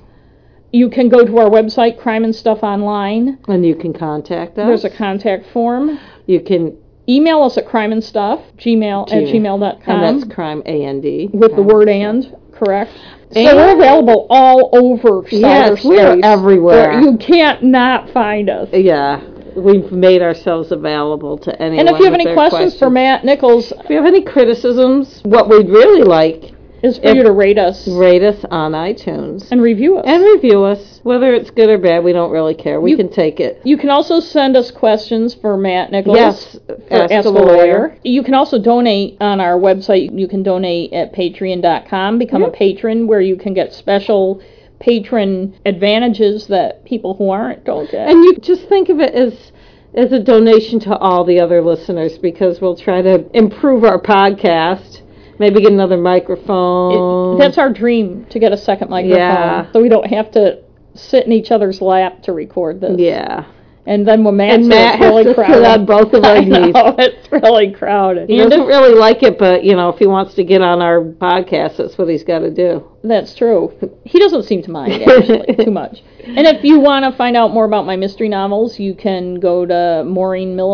Speaker 1: You can go to our website, Crime and Stuff Online.
Speaker 2: and you can contact us.
Speaker 1: There's a contact form.
Speaker 2: you can
Speaker 1: Email us at crime and stuff, gmail at
Speaker 2: Gmail.
Speaker 1: gmail.com.
Speaker 2: and that's crime a n d
Speaker 1: with the word and, correct? so
Speaker 2: And-
Speaker 1: we're available all over cyberspace.
Speaker 2: Yes, we're everywhere.
Speaker 1: You can't not find us.
Speaker 2: Yeah, we've made ourselves available to anyone.
Speaker 1: And if you have
Speaker 2: with
Speaker 1: any
Speaker 2: their
Speaker 1: questions, for Matt Nichols,
Speaker 2: if you have any criticisms, what we'd really like
Speaker 1: is for
Speaker 2: If-
Speaker 1: you to rate us
Speaker 2: rate us on iTunes
Speaker 1: and review us.
Speaker 2: and review us. Whether it's good or bad, we don't really care. We
Speaker 1: You-
Speaker 2: can take it.
Speaker 1: you can also send us questions for Matt Nichols.
Speaker 2: Yes,
Speaker 1: for Ask, the Lawyer. You can also donate on our website. You can donate at patreon.com. Become a patron where you can get special patron advantages that people who aren't don't get.
Speaker 2: And you just think of it as as a donation to all the other listeners because we'll try to improve our podcast. Maybe get another microphone.
Speaker 1: That's our dream to get a second microphone
Speaker 2: Yeah.
Speaker 1: so we don't have to sit in each other's lap to record this.
Speaker 2: yeah.
Speaker 1: and then when Matt's
Speaker 2: And
Speaker 1: there,
Speaker 2: Matt
Speaker 1: it's really
Speaker 2: has to
Speaker 1: crowded.
Speaker 2: sit on both of our
Speaker 1: I know,
Speaker 2: knees.
Speaker 1: it's really crowded.
Speaker 2: He
Speaker 1: And
Speaker 2: doesn't
Speaker 1: if-
Speaker 2: really like it, but you know, if he wants to get on our podcast, that's what he's got to do.
Speaker 1: That's true. He doesn't seem to mind actually too much. And if you want to find out more about my mystery novels, you can go to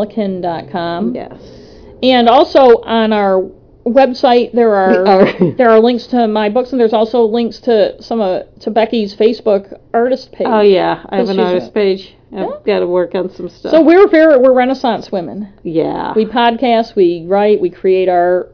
Speaker 1: maureenmilliken.com.
Speaker 2: Yes.
Speaker 1: And also on our website there are
Speaker 2: Our-
Speaker 1: there are links to my books and there's also links to some of to Becky's Facebook artist page.
Speaker 2: Oh yeah, I have
Speaker 1: Yes,
Speaker 2: an
Speaker 1: she's
Speaker 2: artist
Speaker 1: a-
Speaker 2: page. I've got to work on some stuff.
Speaker 1: So we're very we're renaissance women.
Speaker 2: yeah.
Speaker 1: We podcast, we write, we create art.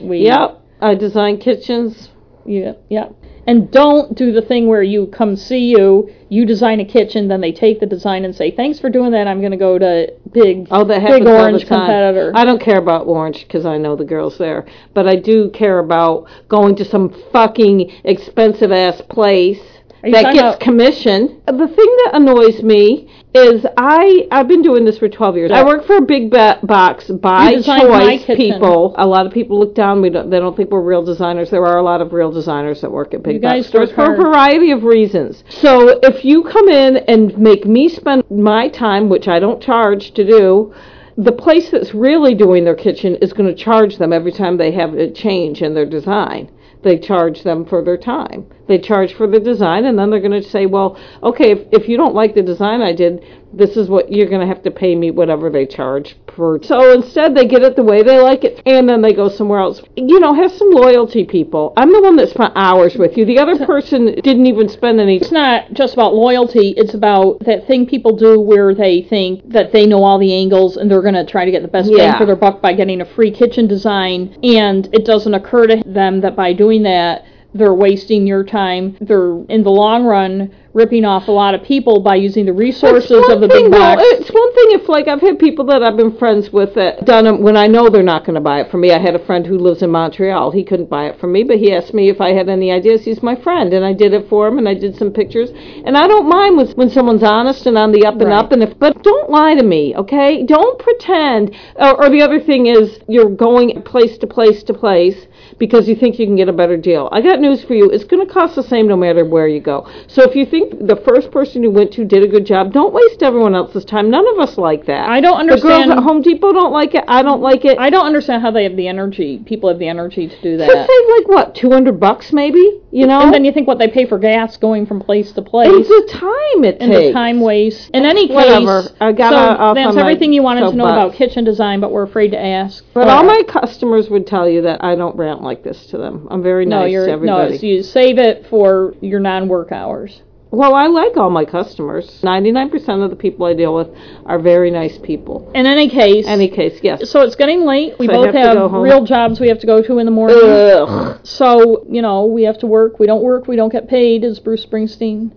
Speaker 1: We
Speaker 2: yep. I design kitchens.
Speaker 1: Yeah, yeah. And don't do the thing where you come see you, you design a kitchen, then they take the design and say, "Thanks for doing that. I'm going to go to big,
Speaker 2: Oh, that happens
Speaker 1: big orange
Speaker 2: all the time.
Speaker 1: competitor."
Speaker 2: I don't care about orange because I know the girls there, but I do care about going to some fucking expensive ass place
Speaker 1: Are you
Speaker 2: that
Speaker 1: talking
Speaker 2: gets
Speaker 1: about-
Speaker 2: commission. The thing that annoys me is I I've been doing this for 12 years. I work for a big ba- box by
Speaker 1: You designed my
Speaker 2: choice
Speaker 1: kitchen.
Speaker 2: people. A lot of people look down. We don't, they don't think we're real designers. There are a lot of real designers that work at big
Speaker 1: You guys
Speaker 2: box stores
Speaker 1: work
Speaker 2: for a
Speaker 1: hard.
Speaker 2: variety of reasons. So if you come in and make me spend my time, which I don't charge to do, the place that's really doing their kitchen is going to charge them every time they have a change in their design. They charge them for their time. They charge for the design, and then they're going to say, "Well, okay, if, if you don't like the design I did, this is what you're going to have to pay me whatever they charge per." So instead, they get it the way they like it, and then they go somewhere else. You know, have some loyalty, people. I'm the one that spent hours with you. The other person didn't even spend any.
Speaker 1: it's not just about loyalty; it's about that thing people do where they think that they know all the angles and they're going to try to get the best
Speaker 2: Yeah.
Speaker 1: bang for their buck by getting a free kitchen design, and it doesn't occur to them that by doing that. They're wasting your time. They're, in the long run, ripping off a lot of people by using the resources
Speaker 2: It's
Speaker 1: of the
Speaker 2: one
Speaker 1: big
Speaker 2: thing, though,
Speaker 1: box.
Speaker 2: It's one thing if, like, I've had people that I've been friends with that done them when I know they're not going to buy it from me. I had a friend who lives in Montreal. He couldn't buy it from me, but he asked me if I had any ideas. He's my friend, and I did it for him, and I did some pictures. And I don't mind when, when someone's honest and on the up and
Speaker 1: Right.
Speaker 2: up. And if, but don't lie to me, okay? Don't pretend. Or, or the other thing is, you're going place to place to place because you think you can get a better deal. I got news for you. It's going to cost the same no matter where you go. So if you think the first person you went to did a good job, don't waste everyone else's time. None of us like that.
Speaker 1: I don't
Speaker 2: The
Speaker 1: understand.
Speaker 2: girls at Home Depot don't like it. I don't like it.
Speaker 1: I don't understand how they have the energy. People have the energy to do
Speaker 2: I
Speaker 1: that.
Speaker 2: save like what, two hundred bucks maybe? You know,
Speaker 1: And then you think what they pay for gas going from place to
Speaker 2: it's
Speaker 1: place
Speaker 2: the time it
Speaker 1: and
Speaker 2: takes.
Speaker 1: the time waste. In any case,
Speaker 2: Whatever. I got
Speaker 1: so
Speaker 2: off on
Speaker 1: that's
Speaker 2: my
Speaker 1: everything you wanted to know
Speaker 2: soapbox.
Speaker 1: about kitchen design, but we're afraid to ask.
Speaker 2: But all my customers would tell you that I don't rant like this to them. I'm very
Speaker 1: no,
Speaker 2: nice
Speaker 1: you're
Speaker 2: to
Speaker 1: no,
Speaker 2: everybody.
Speaker 1: it's, you save it for your non-work hours.
Speaker 2: Well, I like all my customers. 99% of the people I deal with are very nice people.
Speaker 1: In any case,
Speaker 2: Any case, yes.
Speaker 1: so it's getting late. We
Speaker 2: So I
Speaker 1: both
Speaker 2: have to go
Speaker 1: have,
Speaker 2: home.
Speaker 1: real jobs we have to go to in the morning.
Speaker 2: Ugh.
Speaker 1: So, you know, we have to work. We don't work, we don't get paid, as Bruce Springsteen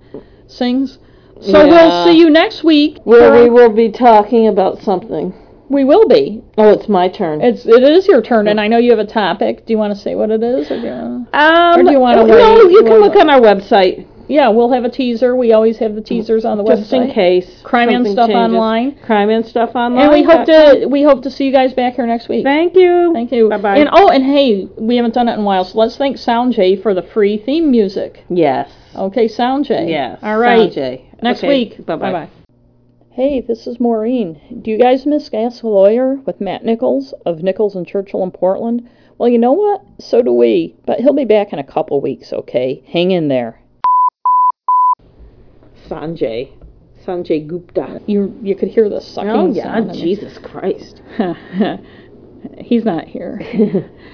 Speaker 1: sings. So
Speaker 2: Yeah.
Speaker 1: we'll see you next week.
Speaker 2: Well,
Speaker 1: for-
Speaker 2: we will be talking about something.
Speaker 1: we will be.
Speaker 2: Oh, it's my turn.
Speaker 1: It's it is your turn, and I know you have a topic. Do you want to say what it is? Or do you wanna-
Speaker 2: um,
Speaker 1: or do you wanna
Speaker 2: no,
Speaker 1: wait? We'll-
Speaker 2: you can look on our website
Speaker 1: Yeah, we'll have a teaser. We always have the teasers on the
Speaker 2: just in
Speaker 1: website.
Speaker 2: case.
Speaker 1: Crime and
Speaker 2: something
Speaker 1: stuff
Speaker 2: changes.
Speaker 1: online.
Speaker 2: Crime and stuff online. Uh,
Speaker 1: And we hope to we hope to see you guys back here next week.
Speaker 2: Thank you.
Speaker 1: Thank you.
Speaker 2: Bye-bye.
Speaker 1: And oh, and hey, we haven't done it in a while, so let's thank SoundJ for the free theme music.
Speaker 2: Yes.
Speaker 1: Okay, SoundJ.
Speaker 2: Yes.
Speaker 1: All right.
Speaker 2: Sound Jay.
Speaker 1: Next
Speaker 2: Okay,
Speaker 1: week.
Speaker 2: Bye-bye.
Speaker 1: Bye-bye. Hey, this is Maureen. Do you guys miss Gas Lawyer with Matt Nichols of Nichols and Churchill in Portland? Well, you know what? So do we. But he'll be back in a couple weeks, okay? Hang in there.
Speaker 2: Sanjay. Sanjay Gupta.
Speaker 1: You you could hear the sucking
Speaker 2: Oh, yeah.
Speaker 1: sound. in
Speaker 2: Jesus Christ.
Speaker 1: there. He's not here.